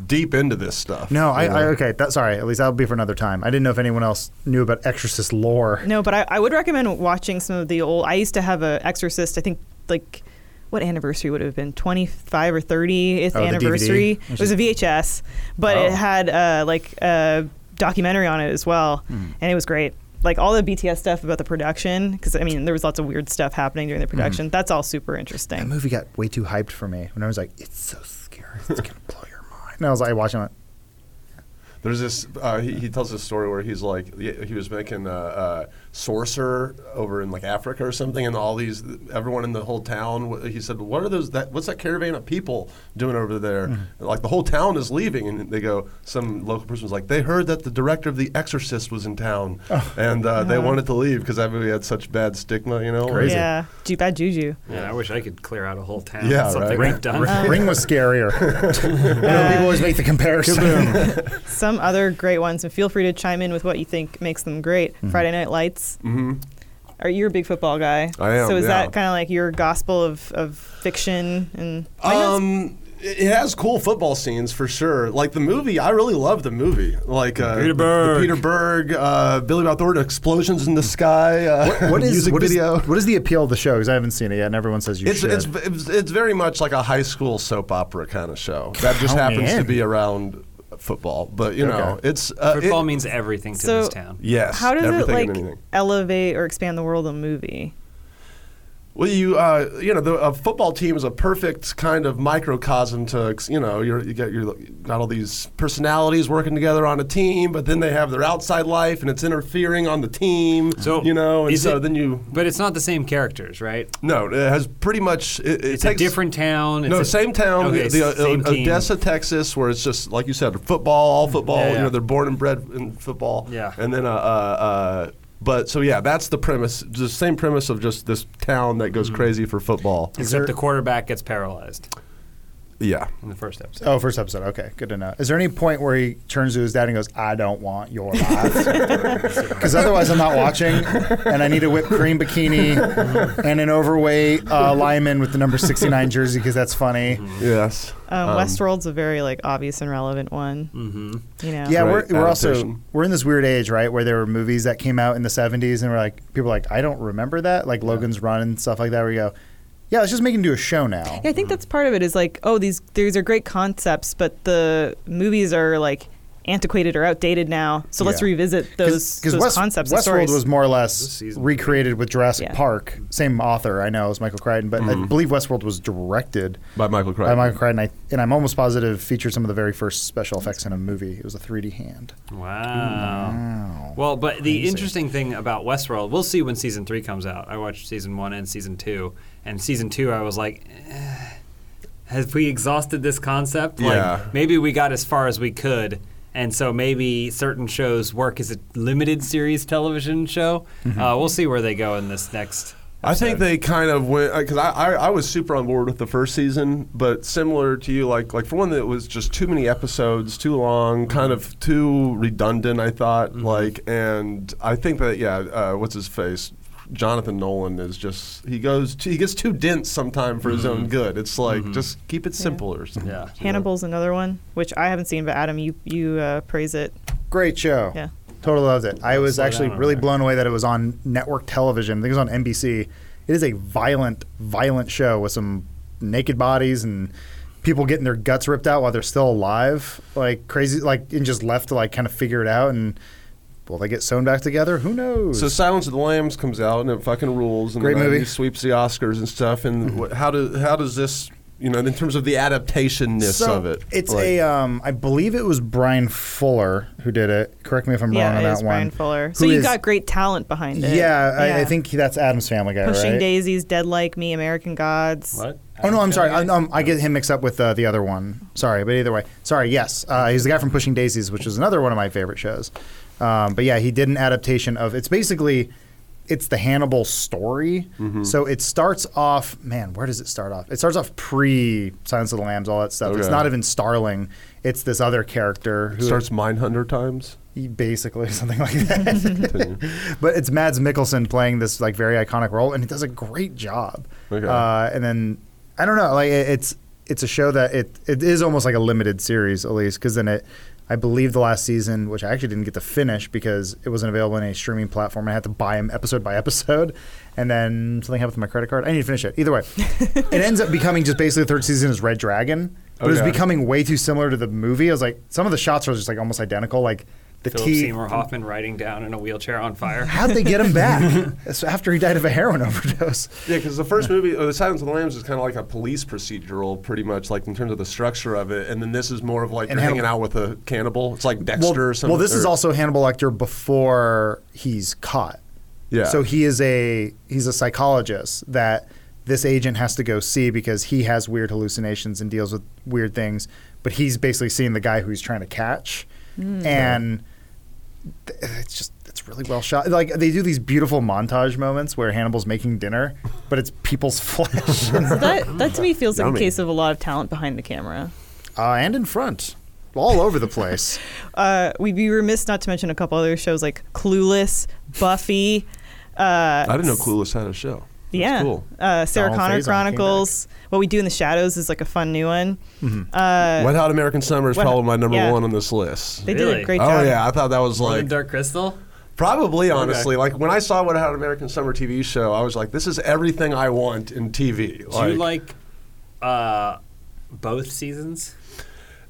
deep into this stuff. No, I, you know? I okay. That, sorry, at least that'll be for another time. I didn't know if anyone else knew about Exorcist lore. No, but I, I would recommend watching some of the old. I used to have a Exorcist. I think like what anniversary would it have been twenty five or thirtieth Oh, the DVD. anniversary. It was a VHS, but Oh. it had uh, like a documentary on it as well, Hmm. and it was great. Like all the BTS stuff about the production, because I mean there was lots of weird stuff happening during the production. That's all super Hmm. That interesting. movie got way too hyped for me when I was like, "It's so scary. It's gonna blow your mind." And I was like, watching it. There's this. Uh, he, he tells this story where he's like he he was making a, uh sorcerer over in like Africa or something, and all these everyone in the whole town. wh- He said, "What are those? That what's that caravan of people doing over there? And, like the whole town is leaving." And they go. Some local person was like, "They heard that the director of The Exorcist was in town, and uh, they wanted to leave because that movie had such bad stigma, you know." Crazy. Yeah, ju- bad juju. Man, I wish I could clear out a whole town. Yeah, That's something right. I've done. Ring was scarier. You know, people always make the comparison. Some other great ones, and feel free to chime in with what you think makes them great. Friday Night Lights. Mm-hmm. Are you a big football guy? I am, So is yeah. that kind of like your gospel of, of fiction and? Um, it it has cool football scenes for sure. Like the movie, I really love the movie. Like uh, Peter the- Berg. the Peter Berg, uh, Billy Bob Thornton, explosions in the sky. Uh, what is music what is- video? what is the appeal of the show? Because I haven't seen it yet, and everyone says you it's, should. it's it's it's very much like a high school soap opera kind of show that just Oh, happens to man. be around football. But you know, Okay. it's uh, it- Football means everything to So- this town. yes. How does it everything and like anything. elevate or expand the world of movie? Well, you uh, you know the a football team is a perfect kind of microcosm to you know you're, you get your got all these personalities working together on a team, but then they have their outside life and it's interfering on the team. So you know, and is so it- then you But it's not the same characters, right? no, it has pretty much it, it It's takes a different town. It's no, a- same town, Okay, the, uh, same uh, team. Odessa, Texas, where it's just like you said, football, all football. Yeah, You yeah. know, they're born and bred in football. Yeah. and then uh, uh, uh, but so yeah, that's the premise. The same premise of just this town that Mm-hmm. goes crazy for football. Except the quarterback gets paralyzed Yeah. in the first episode. oh, first episode. Okay, good to know. Is there any point where he turns to his dad and goes, "I don't want your life," because otherwise I'm not watching, and I need a whipped cream bikini and an overweight uh, lineman with the number 69 jersey because that's funny. Yes. Um, Westworld's a very like obvious and relevant one. Mm-hmm. You know. Yeah, Right, we're, we're also adaptation. we're in this weird age, right, where there were movies that came out in the '70s, and we're like, people are like, I don't remember that, like Logan's Run and stuff like that. Where you go, yeah, let's just make him do a show now. Yeah, I think that's part of it. Is like, oh, these these are great concepts, but the movies are like antiquated or outdated now. So let's Yeah. revisit those, those West- concepts. and Westworld stories. was more or This less season. recreated with Jurassic Yeah. Park. Same author, I know, is Michael Crichton, but Mm-hmm. I believe Westworld was directed By Michael by Crichton. Michael Crichton, I, and I'm almost positive featured some of the very first special effects in a movie. It was a 3D hand. Wow. Mm. Oh. Wow. Well, but the interesting thing about Westworld, we'll see when season three comes out. I watched season one and season two, and season two, I was like, eh, "Have we exhausted this concept? Yeah. Like, maybe we got as far as we could, and so maybe certain shows work as a limited series television show. Mm-hmm. Uh, we'll see where they go in this next. I think they kind of went because I, I I was super on board with the first season, but similar to you, like like for one that was just too many episodes, too long, kind of too redundant. I thought like, and I think that yeah, uh, what's his face, Jonathan Nolan is just he goes he gets too dense sometime for his own good. It's like just keep it simple or something. Yeah. Hannibal's another one, which I haven't seen, but Adam, you you uh, praise it. Great show. Yeah. Totally loved it. I was slow actually down on really that. blown away that it was on network television. I think it was on NBC. It is a violent, violent show with some naked bodies and people getting their guts ripped out while they're still alive. Like crazy, like, and just left to like kind of figure it out. And will they get sewn back together? Who knows? So Silence of the Lambs comes out and it fucking rules. And Great then movie. He sweeps the Oscars and stuff. And wh- how do how does this you know in terms of the adaptationness So, of it? It's like- a, um, I believe it was Brian Fuller who did it. Correct me if I'm wrong yeah, on it that is one. Brian Fuller. So Who you is- got great talent behind Yeah, it. I, I think that's Adam's Family Guy, Pushing right? Daisies, Dead Like Me, American Gods. What? Oh no, I'm sorry. I, um, I get him mixed up with uh, the other one. Sorry, but either way, sorry. Yes, uh, he's the guy from Pushing Daisies, which is another one of my favorite shows. Um, but yeah, he did an adaptation of. It's basically, it's the Hannibal story. Mm-hmm. So it starts off. Man, where does it start off? It starts off pre Silence of the Lambs, all that stuff. It's Okay. not even Starling. It's this other character who starts mine hundred times. basically something like that. but it's Mads Mikkelsen playing this like very iconic role, and he does a great job. Okay. Uh, and then I don't know, like it, it's it's a show that it it is almost like a limited series at least because then it. I believe the last season, which I actually didn't get to finish because it wasn't available on any streaming platform. I had to buy them episode by episode, and then something happened with my credit card. I need to finish it. Either way, it ends up becoming just basically the third season is Red Dragon, but it's Okay. becoming way too similar to the movie. I was like, some of the shots were just like almost identical. Like the Philip tea. Seymour Hoffman riding down in a wheelchair on fire. How'd they get him back It's after he died of a heroin overdose? Yeah, because the first movie, or The Silence of the Lambs, is kind of like a police procedural, pretty much, like in terms of the structure of it. And then this is more of like And you're Hannibal- hanging out with a cannibal. It's like Dexter well, or something. well, this is or- also Hannibal Lecter before he's caught. Yeah. So he is a he's a psychologist that this agent has to go see because he has weird hallucinations and deals with weird things. But he's basically seeing the guy who he's trying to catch, and th- it's just it's really well shot. Like they do these beautiful montage moments where Hannibal's making dinner, but it's people's flesh So that that to me feels like a Yummy. case of a lot of talent behind the camera. uh, and in front, all over the place. Uh, we'd be remiss not to mention a couple other shows like Clueless, Buffy. Uh, I didn't know Clueless had a show. That's yeah, cool. uh, Sarah Donald Connor Faison came back. Chronicles. What We Do in the Shadows is like a fun new one. Uh, Wet Hot American Summer is Wet Hot- probably my number yeah. one on this list. they did Really? a great oh job. yeah, I thought that was More than like Dark Crystal? probably honestly like when I saw Wet Hot American Summer TV show, I was like, this is everything I want in TV. Do you like uh, both seasons?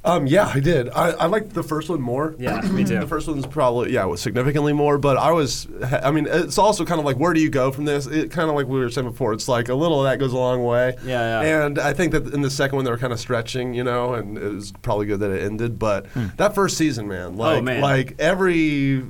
Um, yeah, I did. I, I liked the first one more. Yeah, me too. the first one's probably yeah, it was significantly more. But I was, I mean, it's also kind of like where do you go from this? It kind of like we were saying before. It's like a little of that goes a long way. Yeah, yeah. And I think that in the second one they were kind of stretching, you know, and it was probably good that it ended. But that first season, man, like Hmm. Oh, man. like every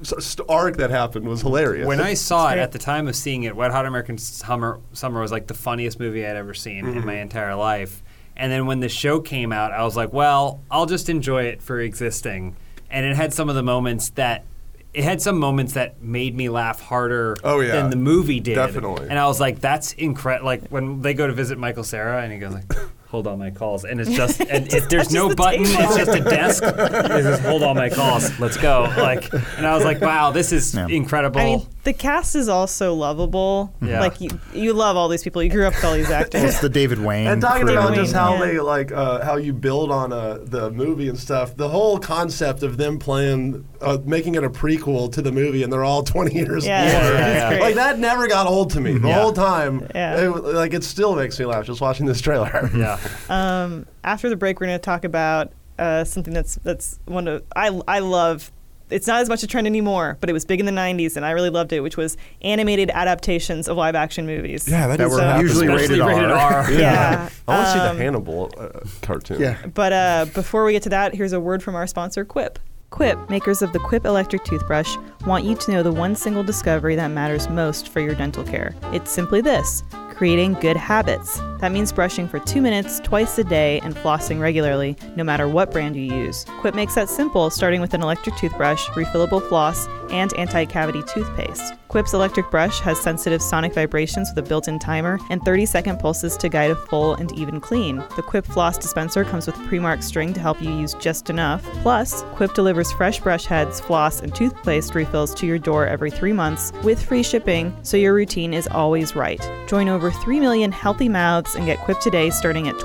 s- st- arc that happened was hilarious. When I saw it at the time of seeing it, Wet Hot American Summer, Summer was like the funniest movie I'd ever seen Mm-hmm. in my entire life. And then when the show came out, I was like, well, I'll just enjoy it for existing. And it had some of the moments that it had some moments that made me laugh harder Oh, yeah. than the movie did. Definitely. And I was like, that's incredible. Like when they go to visit Michael Sarah and he goes like, hold all my calls. And it's just, and it, there's no the button. table. It's just a desk. It says, hold all my calls. Let's go. Like, and I was like, wow, this is Yeah. incredible. I mean, the cast is also lovable. Yeah. Like you, you love all these people. You grew up with all these actors. It's the David Wayne. And talking crew. about just how Yeah. they like uh, how you build on uh, the movie and stuff. The whole concept of them playing, uh, making it a prequel to the movie, and they're all twenty years Yeah, older. yeah, yeah. That's Like great. that never got old to me the Yeah. whole time. Yeah. It, like it still makes me laugh just watching this trailer. yeah. Um, after the break, we're going to talk about uh, something that's that's one of I I love. It's not as much a trend anymore, but it was big in the '90s, and I really loved it, which was animated adaptations of live-action movies. That were usually Especially rated R. rated R. Yeah. Um, I want to see the Hannibal uh, cartoon. Yeah. But uh, before we get to that, here's a word from our sponsor, Quip. Quip, makers of the Quip electric toothbrush, want you to know the one single discovery that matters most for your dental care. It's simply this creating good habits. That means brushing for two minutes twice a day and flossing regularly, no matter what brand you use. Quip makes that simple, starting with an electric toothbrush, refillable floss, and anti cavity toothpaste. Quip's electric brush has sensitive sonic vibrations with a built in timer and 30 second pulses to guide a full and even clean. The Quip floss dispenser comes with pre-marked string to help you use just enough. Plus, Quip delivers fresh brush heads, floss, and toothpaste refills to your door every three months with free shipping, so your routine is always right. Join over 3 million healthy mouths and get Quip today starting at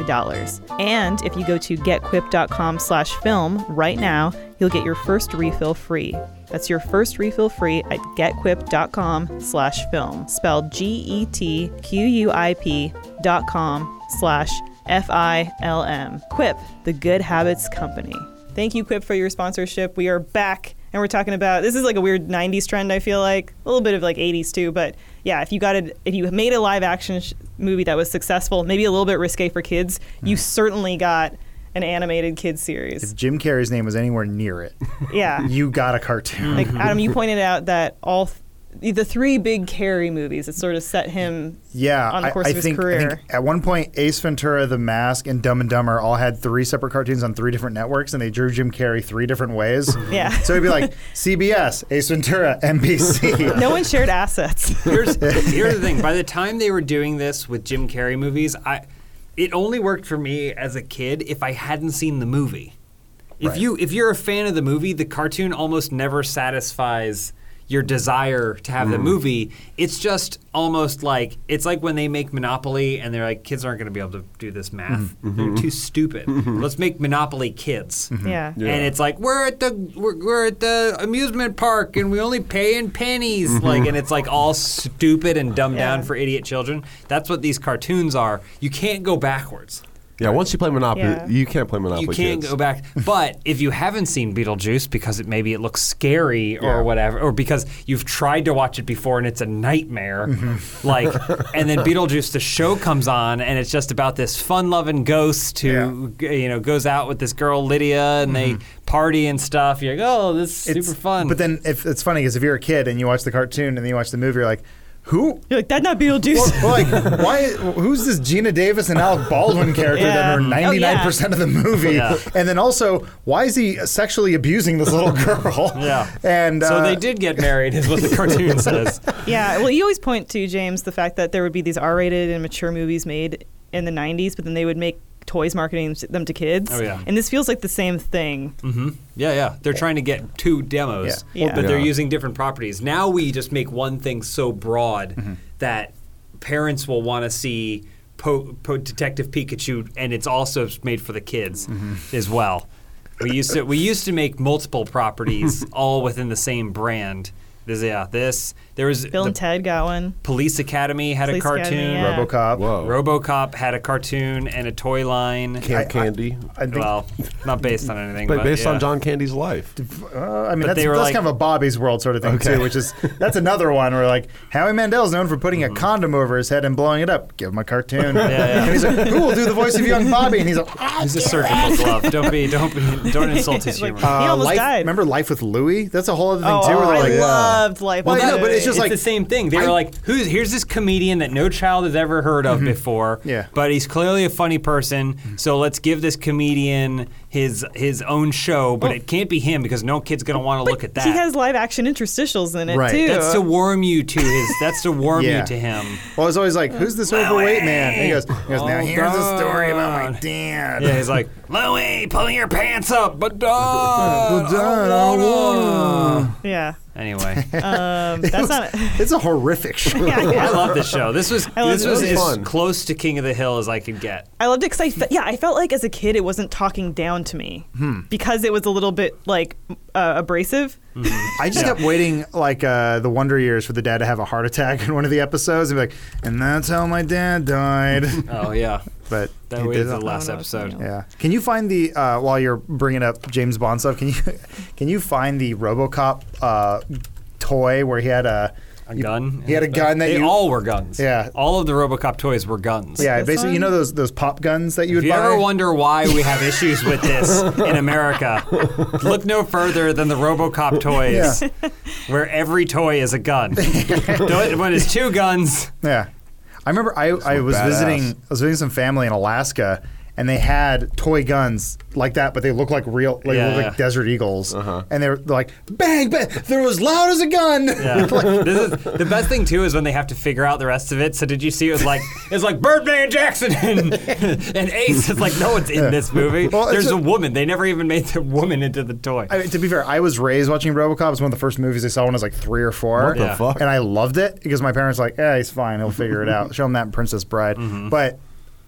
$25. And if you go to getquip.com slash film right now, you'll get your first refill free. That's your first refill free at getquip.com slash film, spelled E G-E-T-Q-U-I-P dot com slash F-I-L-M. Quip, the good habits company. Thank you, Quip, for your sponsorship. We are back and we're talking about this is like a weird 90s trend i feel like a little bit of like 80s too but yeah if you got it if you made a live action sh- movie that was successful maybe a little bit risque for kids you certainly got an animated kids series If Jim Carrey's name was anywhere near it, yeah you got a cartoon. like adam you pointed out that all th- the three big carry movies that sort of set him yeah, on the I- course I, of his think, I career think at one point Ace Ventura, The Mask, and Dumb and Dumber all had three separate cartoons on three different networks, and they drew Jim Carrey three different ways. Yeah. so he'd be like CBS, Ace Ventura, NBC. no one shared assets Here's, here's the thing. By the time they were doing this with Jim Carrey movies, I it only worked for me as a kid if I hadn't seen the movie. If Right. you if you're a fan of the movie, the cartoon almost never satisfies your desire to have the movie. It's just almost like it's like when they make Monopoly and they're like, kids aren't going to be able to do this math. They're too stupid. Let's make Monopoly kids. yeah And it's like we're at the we're, we're at the amusement park and we only pay in pennies like and it's like all stupid and dumbed Yeah. down for idiot children. That's what these cartoons are. You can't go backwards. Yeah, once you play Monopoly, Yeah. you can't play Monopoly. You can't kids. go back. But if you haven't seen Beetlejuice because it maybe it looks scary or Yeah. whatever or because you've tried to watch it before and it's a nightmare Mm-hmm. like and then Beetlejuice the show comes on and it's just about this fun-loving ghost who Yeah. Mm-hmm. g- you know goes out with this girl Lydia and they party and stuff. You're like, "Oh, this is It's- super fun." But then if, it's funny because if you're a kid and you watch the cartoon and then you watch the movie, you're like, who? you're like that not beetlejuice Well, well, like, why? Who's this Gina Davis and Alec Baldwin character Yeah. that are Oh, yeah. ninety nine percent of the movie? Yeah. And then also, why is he sexually abusing this little girl? Yeah. And so uh, they did get married is what the cartoon says. Yeah, well, you always point to James the fact that there would be these R-rated and mature movies made in the '90s, but then they would make toys marketing to- them to kids. Oh, yeah. and this feels like the same thing. Mm-hmm. Yeah, yeah. They're trying to get two demos, Yeah. Yeah. but they're Yeah. using different properties. Now we just make one thing so broad Mm-hmm. that parents will want to see po- po- Detective Pikachu, and it's also made for the kids Mm-hmm. as well. We used to we used to make multiple properties all within the same brand. This, yeah, this there was Bill the and Ted got one. Police Academy had Police a Academy, cartoon. yeah. RoboCop. Whoa. RoboCop had a cartoon and a toy line. Camp Candy. I think. well, not based on anything, But but based yeah. on John Candy's life. uh, I mean, that's, they were that's like- kind of a Bobby's World sort of thing too, which is that's another one where like Howie Mandel's known for putting a condom over his head and blowing it up. Give him a cartoon. Mm-hmm. yeah. And he's like, who will do the voice of young Bobby? And he's like, ah, He's a surgical glove. Don't be, don't be, don't insult his Like, humor. he Uh, almost Life- died. Remember Life with Louie? That's a whole other thing Oh, too. Where I they're like, loved Life. Well, on no, but Broadway. it's just it's like- the same thing. They I- Mm-hmm. were like, "Who's here's this comedian that no child has ever heard of before? Yeah. Mm-hmm. but he's clearly a funny person. So let's give this comedian his his own show, but it can't be him because no kid's gonna want to look at that. he has live action interstitials in it Right. too. that's to warm you to his. That's to warm Yeah. you to him. Well, it's always like, who's this overweight man? And he goes, he goes now Oh, here's a story about my God. dad. Yeah, he's like, Louie, pull your pants up, but don't. Dad, I wanna." yeah, Anyway, um, that's It was- not. It's a horrific show. I love this show. This was love this it. was, It was as fun. close to King of the Hill as I could get. I loved it because I, fe- yeah, I felt like as a kid it wasn't talking down to me Hmm. because it was a little bit like uh, abrasive. I just kept waiting, like uh, the Wonder Years, for the dad to have a heart attack in one of the episodes, and be like, "And that's how my dad died." Oh yeah. But That he was the didn't. last no, it's episode. something Yeah. Can you find the uh, while you're bringing up James Bond stuff? Can you can you find the RoboCop uh, toy where he had a A gun. He had a gun that they you all were guns. Yeah. All of the RoboCop toys were guns. yeah this basically you one? know those those pop guns that you would If you buy. ever wonder why we have issues with this in America, look no further than the RoboCop toys, where every toy is a gun. Though it- when it's two guns, yeah. I remember I, I look was badass. visiting I was visiting some family in Alaska, and they had toy guns like that, but they look like real, like, Yeah, look yeah. like desert eagles, Uh-huh. and they're like bang, bang, they're as loud as a gun. Yeah. this is, the best thing too is when they have to figure out the rest of it. So did you see it was like it's like Birdman Jackson and, and Ace. It's like no one's in this movie. Well, it's There's a- a, woman. They never even made the woman into the toy. I mean, to be fair, I was raised watching RoboCop. It's one of the first movies I saw when I was like three or four. What the Yeah. fuck? And I loved it because my parents were like, eh, he's fine. He'll figure it out. Show him that in Princess Bride. Mm-hmm. But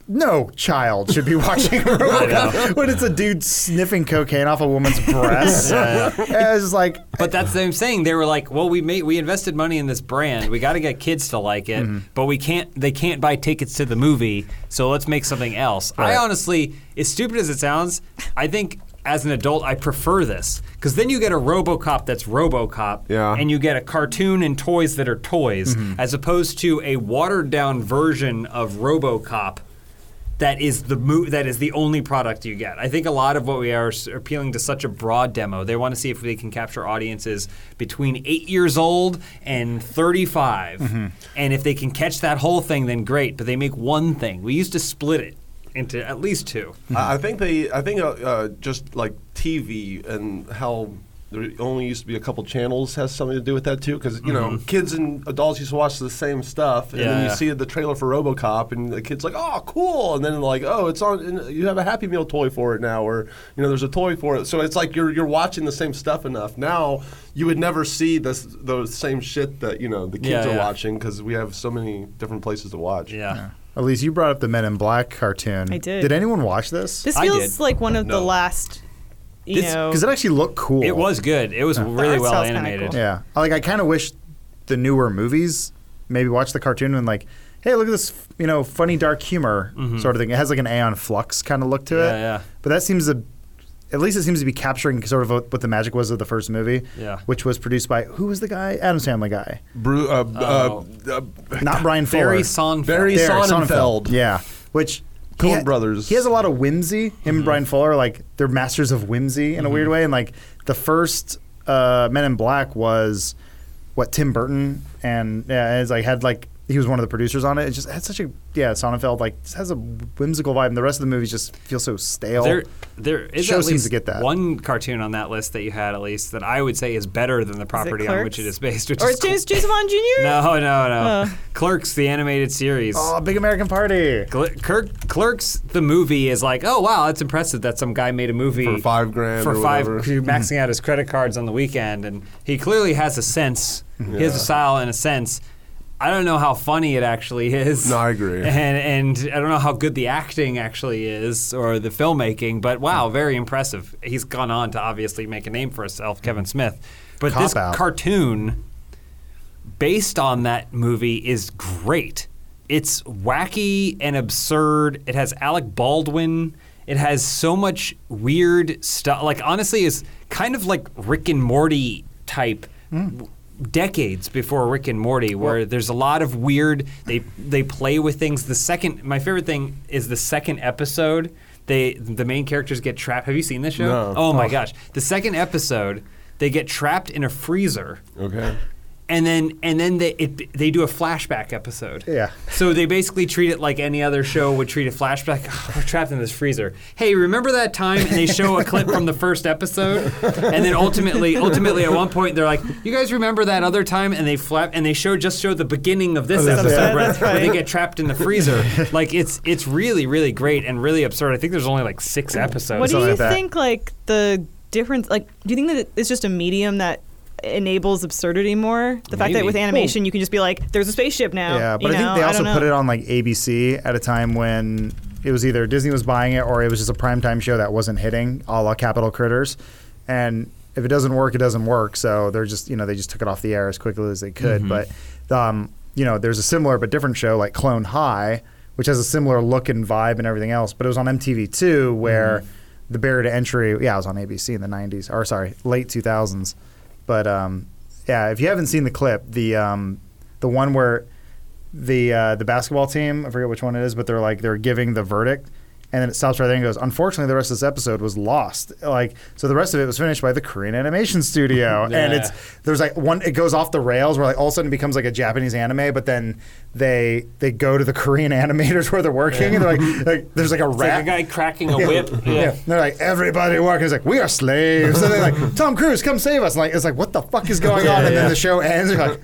no child should be watching RoboCop when it's a dude sniffing cocaine off a woman's breast. And it's just like, but that's what I'm saying. They were like, well, we made we invested money in this brand. We got to get kids to like it, Mm-hmm. but we can't. They can't buy tickets to the movie. So let's make something else. I honestly, as stupid as it sounds, I think. As an adult, I prefer this because then you get a RoboCop that's RoboCop, Yeah. and you get a cartoon and toys that are toys, as opposed to a watered-down version of RoboCop that is the mo- that is the only product you get. I think a lot of what we are s- appealing to such a broad demo. They want to see if they can capture audiences between 8 years old and 35. And if they can catch that whole thing then great, but they make one thing. We used to split it into at least two. I I think they. I think uh, uh, just like TV and how there only used to be a couple channels has something to do with that too. Because you know, kids and adults used to watch the same stuff, and Yeah, then you Mm-hmm. yeah. see the trailer for RoboCop, and the kid's like, "Oh, cool!" And then like, "Oh, it's on." And you have a Happy Meal toy for it now, or you know, there's a toy for it. So it's like you're you're watching the same stuff enough now. You would never see this those same shit that you know the kids Yeah, are yeah. watching because we have so many different places to watch. Yeah. Elise, you brought up the Men in Black cartoon. I did. Did anyone watch this? This I feels did. like one of the No. last, you This- know. Because it actually looked cool. It was good. It was really art well style's kinda animated. cool. Yeah. I- Like I kind of wish the newer movies maybe watch the cartoon and like, hey, look at this, f- you know, funny dark humor sort of thing. It has like an Aeon Flux kind of look to it. Mm-hmm. Yeah, yeah. But that seems to, at least it seems to be capturing sort of what the magic was of the first movie. Yeah. Which was produced by who was the guy? Adam Sandler guy, Bru- uh, Oh. uh, uh, not Brian Fuller. Barry Sonfeld. Barry There, Sonnenfeld. Yeah. Which. he Coen ha- Brothers. He has a lot of whimsy. Him and Brian Fuller, like they're masters of whimsy in a weird way. And like the first uh, Men in Black was what Tim Burton and yeah, it's like had like he was one of the producers on it. It just had such a yeah, Sonnenfeld like just has a whimsical vibe. And the rest of the movies just feel so stale. There, there is Oh. Show at seems least to get that. one cartoon on that list that you had at least that I would say is better than the property on which Clerks? it is based, which or is it's James James Bond Jr. No, no, no. Oh. Clerks, the animated series. oh, Big American Party. Cl- Kirk, Clerks, the movie is like, oh wow, that's impressive that some guy made a movie For five grand for or five, whatever. maxing out his credit cards on the weekend, and he clearly has a sense. He has a style and a sense. I don't know how funny it actually is. No, I agree. And and I don't know how good the acting actually is or the filmmaking, but wow, very impressive. He's gone on to obviously make a name for himself, Kevin Smith. But Cop this out. cartoon based on that movie is great. It's wacky and absurd. It has Alec Baldwin. It has so much weird stuff. Like honestly, it's kind of like Rick and Morty type. Hmm. w- Decades before Rick and Morty, where there's a lot of weird. They they play with things. The second, my favorite thing is the second episode. They the main characters get trapped. Have you seen this show? No. Oh my gosh! The second episode, they get trapped in a freezer Okay. and then and then they it, they do a flashback episode. Yeah. So they basically treat it like any other show would treat a flashback. "Oh, we're trapped in this freezer. Hey, remember that time? And they show a clip from the first episode, and then ultimately, ultimately, at one point, they're like, "You guys remember that other time?" And they flap and they show just show the beginning of this that's episode right. where, That's where they right. get trapped in the freezer. like it's it's really really great and really absurd. I think there's only like six episodes. What do something you like that. think? Like the difference? Like, do you think that it's just a medium that enables absurdity more? The fact Maybe. that with animation you can just be like, "There's a spaceship now." Yeah, you but I think know? they also don't put know. it on like ABC at a time when it was either Disney was buying it or it was just a primetime show that wasn't hitting, a la Capital Critters. And if it doesn't work, it doesn't work. So they're just you know they just took it off the air as quickly as they could. But um, you know there's a similar but different show like Clone High, which has a similar look and vibe and everything else. But it was on MTV2 where the barrier to entry, yeah, it was on ABC in the 90s or sorry, late 2000s. But um, yeah, if you haven't seen the clip, the um, the one where the uh, the basketball team. I forget which one it is, but they're like they're giving the verdict, and then it stops right there and goes. Unfortunately, the rest of this episode was lost. Like so, the rest of it was finished by the Korean animation studio, and it's there's like one. It goes off the rails where like all of a sudden it becomes like a Japanese anime, but then they they go to the Korean animators where they're working, and they're like, like there's like a Like rat. a guy cracking a whip. Yeah. And They're like, everybody work. It's like, we are slaves. And they're like, Tom Cruise, come save us. And like, it's like, what the fuck is going on? And then the show ends. You're like,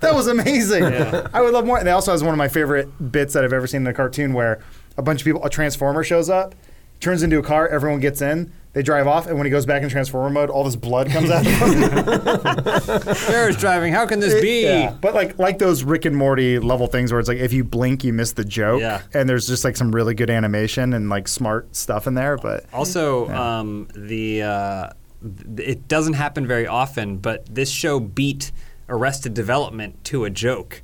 that was amazing. I would love more. And it also has one of my favorite bits that I've ever seen in a cartoon where a bunch of people, a transformer shows up, turns into a car, everyone gets in, they drive off, and when he goes back in transformer mode, all this blood comes out of him. Ferris driving. How can this be? Yeah. But like like those Rick and Morty level things where it's like if you blink you miss the joke. Yeah. And there's just like some really good animation and like smart stuff in there. But Also, um, the uh, th- it doesn't happen very often, but this show beat Arrested Development to a joke.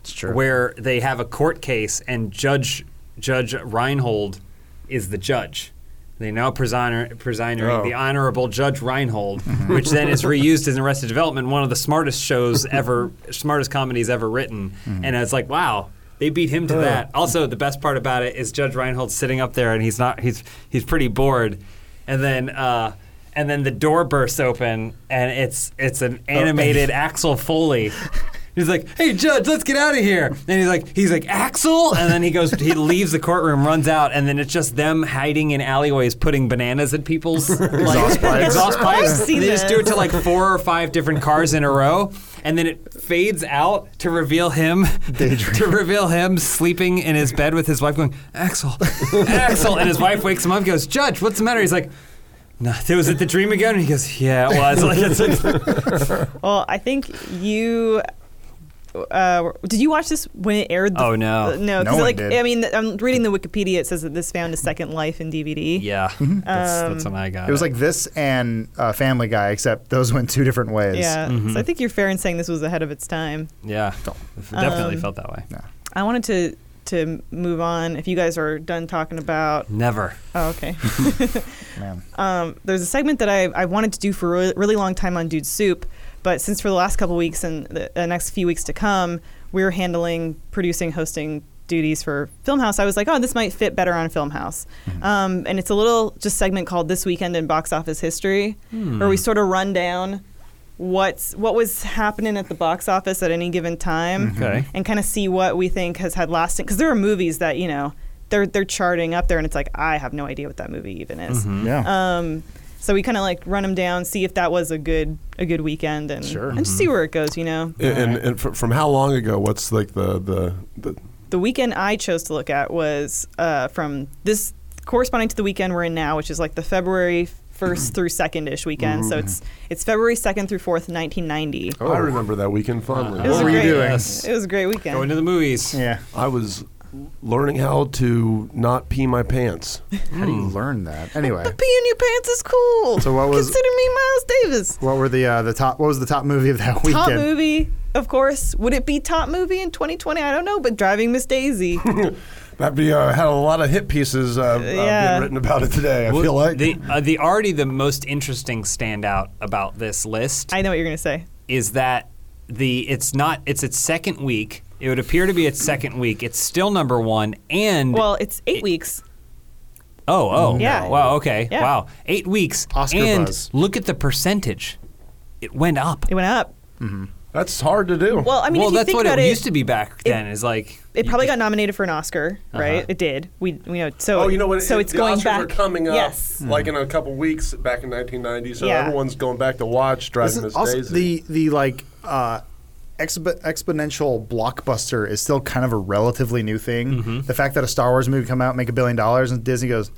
it's true. where they have a court case and Judge Judge Reinhold is the judge. They now presiding, presiding Oh. the Honorable Judge Reinhold, which then is reused in Arrested Development, one of the smartest shows ever, smartest comedies ever written. And it's like, wow, they beat him to that. Also, the best part about it is Judge Reinhold sitting up there and he's not, he's he's pretty bored, and then. Uh, and then the door bursts open, and it's it's an animated Axel Foley. He's like, "Hey, judge, let's get out of here." And he's like, he's like Axel, and then he goes, he leaves the courtroom, runs out, and then it's just them hiding in alleyways, putting bananas at people's like, exhaust pipes. I've pipes. seen They just do it this. to like four or five different cars in a row, and then it fades out to reveal him, to reveal him sleeping in his bed with his wife, going, "Axel, Axel," and his wife wakes him up, and goes, "Judge, what's the matter?" He's like. No, was it the dream again? And he goes, yeah, it was. Like, it's like, Well, I think you. Uh, did you watch this when it aired? The, Oh, no, no. 'cause, No one like did. I mean, I'm reading the Wikipedia. It says that this found a second life in DVD. yeah, that's, Um, that's when I got Mm-hmm. It was like this and uh, Family Guy, except those went two different ways. Yeah, Mm-hmm. so I think you're fair in saying this was ahead of its time. Yeah, definitely Um, felt that way. I wanted to to move on. If you guys are done talking about, Never. oh okay. Man. um, there's a segment that I, I wanted to do for a really, really long time on Dude Soup, but since for the last couple weeks and the, the next few weeks to come, we're handling producing, hosting duties for Filmhouse, I was like, oh, this might fit better on Filmhouse. Um, and it's a little just segment called This Weekend in Box Office History, where we sort of run down what's what was happening at the box office at any given time Okay. and kind of see what we think has had lasting because there are movies that you know they're they're charting up there and it's like I have no idea what that movie even is Yeah. um, so we kind of like run them down, see if that was a good a good weekend, and Sure. Mm-hmm. and just see where it goes. You know, And, and, and fr- from how long ago? What's like the the, the the weekend I chose to look at was uh, from this corresponding to the weekend we're in now, which is like the February first through second ish weekend. So it's Mm-hmm. it's February second through fourth, nineteen ninety. I remember that weekend fondly. Oh. Uh, It was Oh, What a were you great- doing? It was a great Going weekend. to the movies. yeah. I was learning how to not pee my pants. How do you learn that? Anyway, But peeing your pants is cool. So what was- Consider me Miles Davis. what were the uh, the top? What was the top movie of that weekend? Top movie, of course. Would it be top movie in 2020? I don't know, but Driving Miss Daisy. That be uh, had a lot of hit pieces uh, uh, yeah. being written about it today. I Well, feel like the uh, the already the most interesting standout about this list I know what you're gonna say. is that the it's not it's its second week. It would appear to be its second week. It's still number one, and Well, it's eight weeks. oh oh Yeah. wow okay Yeah. wow eight weeks Oscar and buzz. look at the percentage, it went up. It went up. that's hard to do. Well, I mean, well, if you that's think what about it, it, used to be back then. Is like it you probably just- got nominated for an Oscar, Uh-huh. right? It did. We, we know. So, Oh, you know what? So it- it's the going Oscars back. Are coming up Yes. like in a couple weeks back in 1990, so Yeah. everyone's going back to watch This Driving is Miss also Daisy. the the like uh, exp- exponential blockbuster is still kind of a relatively new thing. The fact that a Star Wars movie come out make a billion dollars and Disney goes,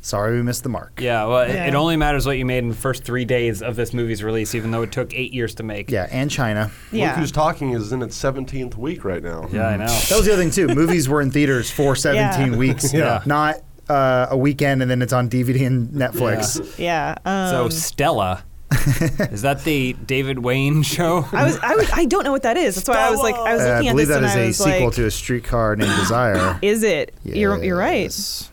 sorry, we missed the mark. Yeah, well, It, Yeah. it only matters what you made in the first three days of this movie's release, even though it took eight years to make. Yeah, and China. Mm-hmm. Look Yeah. who's talking is in its 17th week right now. yeah, I know. That was the other thing too. Movies were in theaters for 17 Yeah. weeks, Yeah. not uh, a weekend, and then it's on DVD and Netflix. yeah. So Um, Stella, is that the David Wayne show? I was, I was, I don't know what that is. That's why I was like, I was Uh, I looking at believe this that and is I a was sequel like, to a streetcar named Desire. is it? You're, you're right. Yes.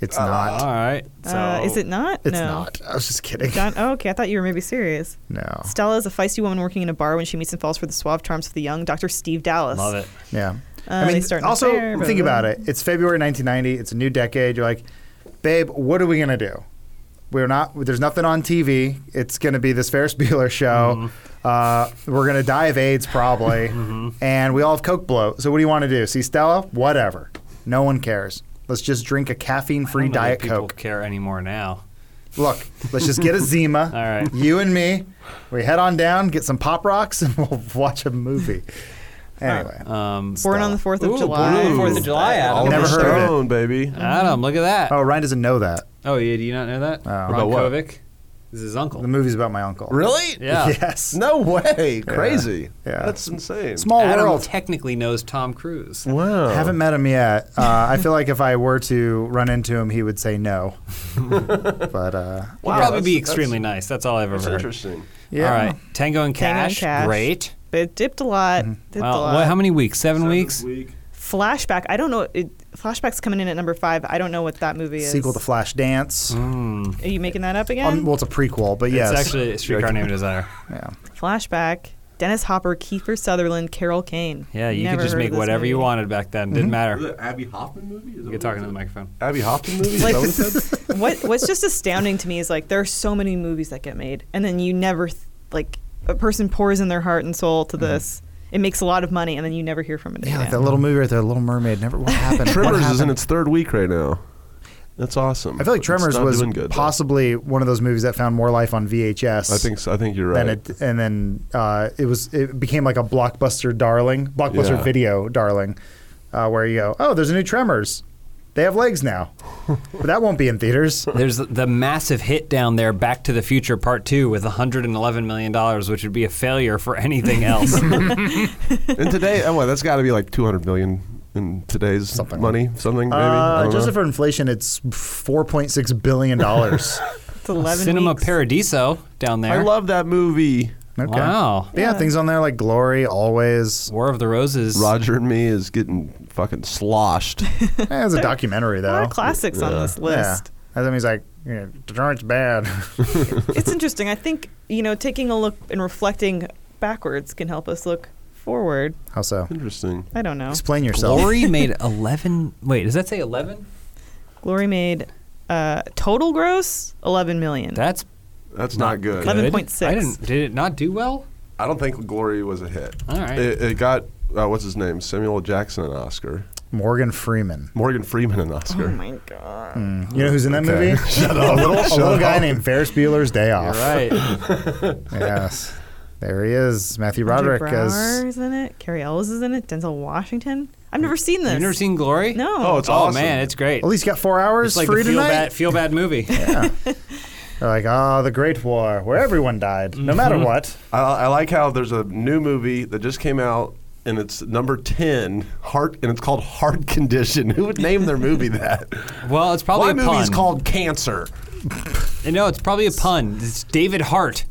It's not. All right. So Uh, is it not? It's no. not. I was just kidding. John, oh, okay. I thought you were maybe serious. Oh. No. Stella is a feisty woman working in a bar when she meets and falls for the suave charms of the young Dr. Steve Dallas. Love it. Yeah. Uh, they start in also despair, blah, think blah, about blah. it. It's February 1990. It's a new decade. You're like, babe, what are we gonna do? We're not. There's nothing on TV. It's gonna be this Ferris Bueller show. Uh, we're gonna die of AIDS probably, and we all have coke bloat. So what do you want to do? See Stella? Whatever. No one cares. Let's just drink a caffeine-free I don't know that diet people coke. care anymore now. Look, let's just get a Zima. All right. You and me. We head on down, get some pop rocks, and we'll watch a movie. Anyway. Um, Born on the Fourth of Ooh, July. Born on the Fourth of July, Adam. Oliver Never heard of it. Stone, baby. Adam, look at that. oh, Ryan doesn't know that. Oh, yeah, do you not know that? Ron About what? Kovic is his uncle. The movie's about my uncle. Really? Yeah. Yes. No way. Crazy. Yeah. That's insane. Small Adam world. technically knows Tom Cruise. Wow. Haven't met him yet. Uh, I feel like if I were to run into him, he would say no. but uh, He'd probably be extremely nice. That's all I've ever That's heard. interesting. yeah. All right, Tango and Cash, Tango and Cash. great. But it dipped a lot. Dipped a Mm-hmm. Well, lot. what, how many weeks? Seven, weeks. Flashback. I don't know. It, Flashback's coming in at number five. I don't know what that movie is. Sequel to Flash Dance. Are you making that up again? Um, well, it's a prequel, but yes. Mm-hmm. It's actually a Streetcar Named Desire. Yeah. Flashback. Dennis Hopper, Kiefer Sutherland, Carol Kane. Yeah, you Never could just heard of make this whatever you movie. wanted back then. Didn't matter. Abby Hoffman movie? You're talking to the microphone. Abby Hoffman movie? Is Like- that what it said? what What's just astounding to me is like there are so many movies that get made, and then you never th- like a person pours in their heart and soul Mm-hmm. to this. It makes a lot of money, and then you never hear from it Yeah, again. like that little movie right there, Little Mermaid. Never what happened. What Tremors is in happened? its third week right now. That's awesome. I feel like It's Tremors not was doing good, though. possibly one of those movies that found more life on VHS. I think so. I think you're right. And it and then uh, it was it became like a blockbuster darling, blockbuster Yeah. video darling, uh, where you go, oh, there's a new Tremors, they have legs now, but that won't be in theaters. There's the- the massive hit down there, Back to the Future Part 2, with $111 million, which would be a failure for anything else. and today, oh, well, that's got to be like 200 million in today's Something. money, something maybe. I Uh, don't just know. for inflation, it's four point six billion dollars. It's eleven. Cinema weeks. Paradiso down there. I love that movie. okay. Wow. Yeah, things on there like Glory, Always. War of the Roses. Roger and me is getting fucking sloshed. Eh, it's a documentary A lot though. of classics on this Yeah. list. And then he's like, yeah, Detroit's bad. it's interesting. I think you know, taking a look and reflecting backwards can help us look forward. How so? Interesting. I don't know. Explain yourself. Glory made 11. Wait, does that say 11? Glory made uh, total gross eleven million. That's That's not good. Eleven- good. 11.6. I didn't. Did it not do well? I don't think Glory was a hit. All right. It, it got uh, what's his name? Samuel L. Jackson an Oscar. Morgan Freeman. Morgan Freeman an Oscar. oh my Hmm. god. You know who's in that Okay. movie? Shut up. A little, a little guy named Ferris Bueller's Day Off. Right. Yes. There he is. Matthew Andrew Broderick Brower as is in it. Carrie Ellis is in it. Denzel Washington. I've never seen this. You've never seen Glory? No. Oh, it's Oh, awesome. man, it's great. at least got four hours It's like free the feel tonight. bad, feel bad movie. They're like, ah, the Great War, where everyone died, no matter what. I, I like how there's a new movie that just came out and it's number 10 heart and it's called heart condition who would name their movie that Well, it's probably why a movie's pun. called cancer You know, it's probably a pun. It's David Hart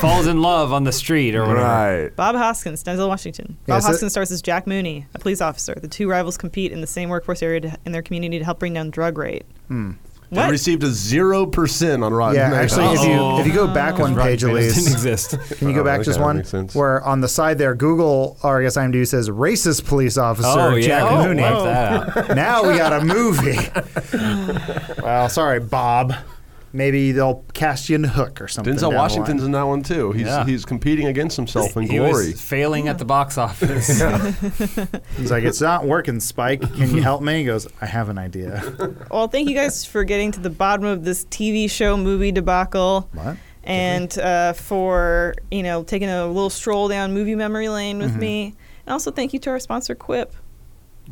falls in love on the street or whatever. Bob Hoskins, Denzel Washington. Yeah, Bob so- Hoskins stars as Jack Mooney, a police officer. The two rivals compete in the same workforce area to, in their community to help bring down drug rate. it What? received a 0% on rotten Yeah, tomatoes actually, if you if you go back one Rotten page, at Tomatoes didn't least, exist. can you go Oh, back okay, just that one? makes sense. Where on the side there, Google or I guess IMDb says racist police officer oh yeah, Jack oh, Mooney. wipe that out. Now we got a movie. well, sorry, Bob. Maybe they'll cast you in Hook or something. down denzel the line. washington's in that one too he's, Yeah. he's competing against himself in He glory was failing at the box office. He's like, it's not working, Spike. Can you help me? He goes, I have an idea. Well, thank you guys for getting to the bottom of this TV show movie debacle. What? And uh, for you know taking a little stroll down movie memory lane Mm-hmm. with me, and also thank you to our sponsor Quip.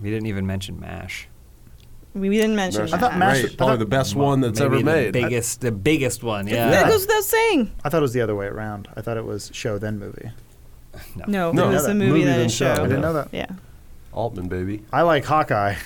we didn't even mention Mash. We, we didn't mention That's that. thought Mash- great. I probably thought- the best one that's Maybe ever the made biggest, the biggest one. that Yeah. goes without saying. I thought it was the other way around. I thought it was show then movie. No, No, it was that a movie, movie that than is show. show. I didn't know that. Yeah. altman baby I like Hawkeye.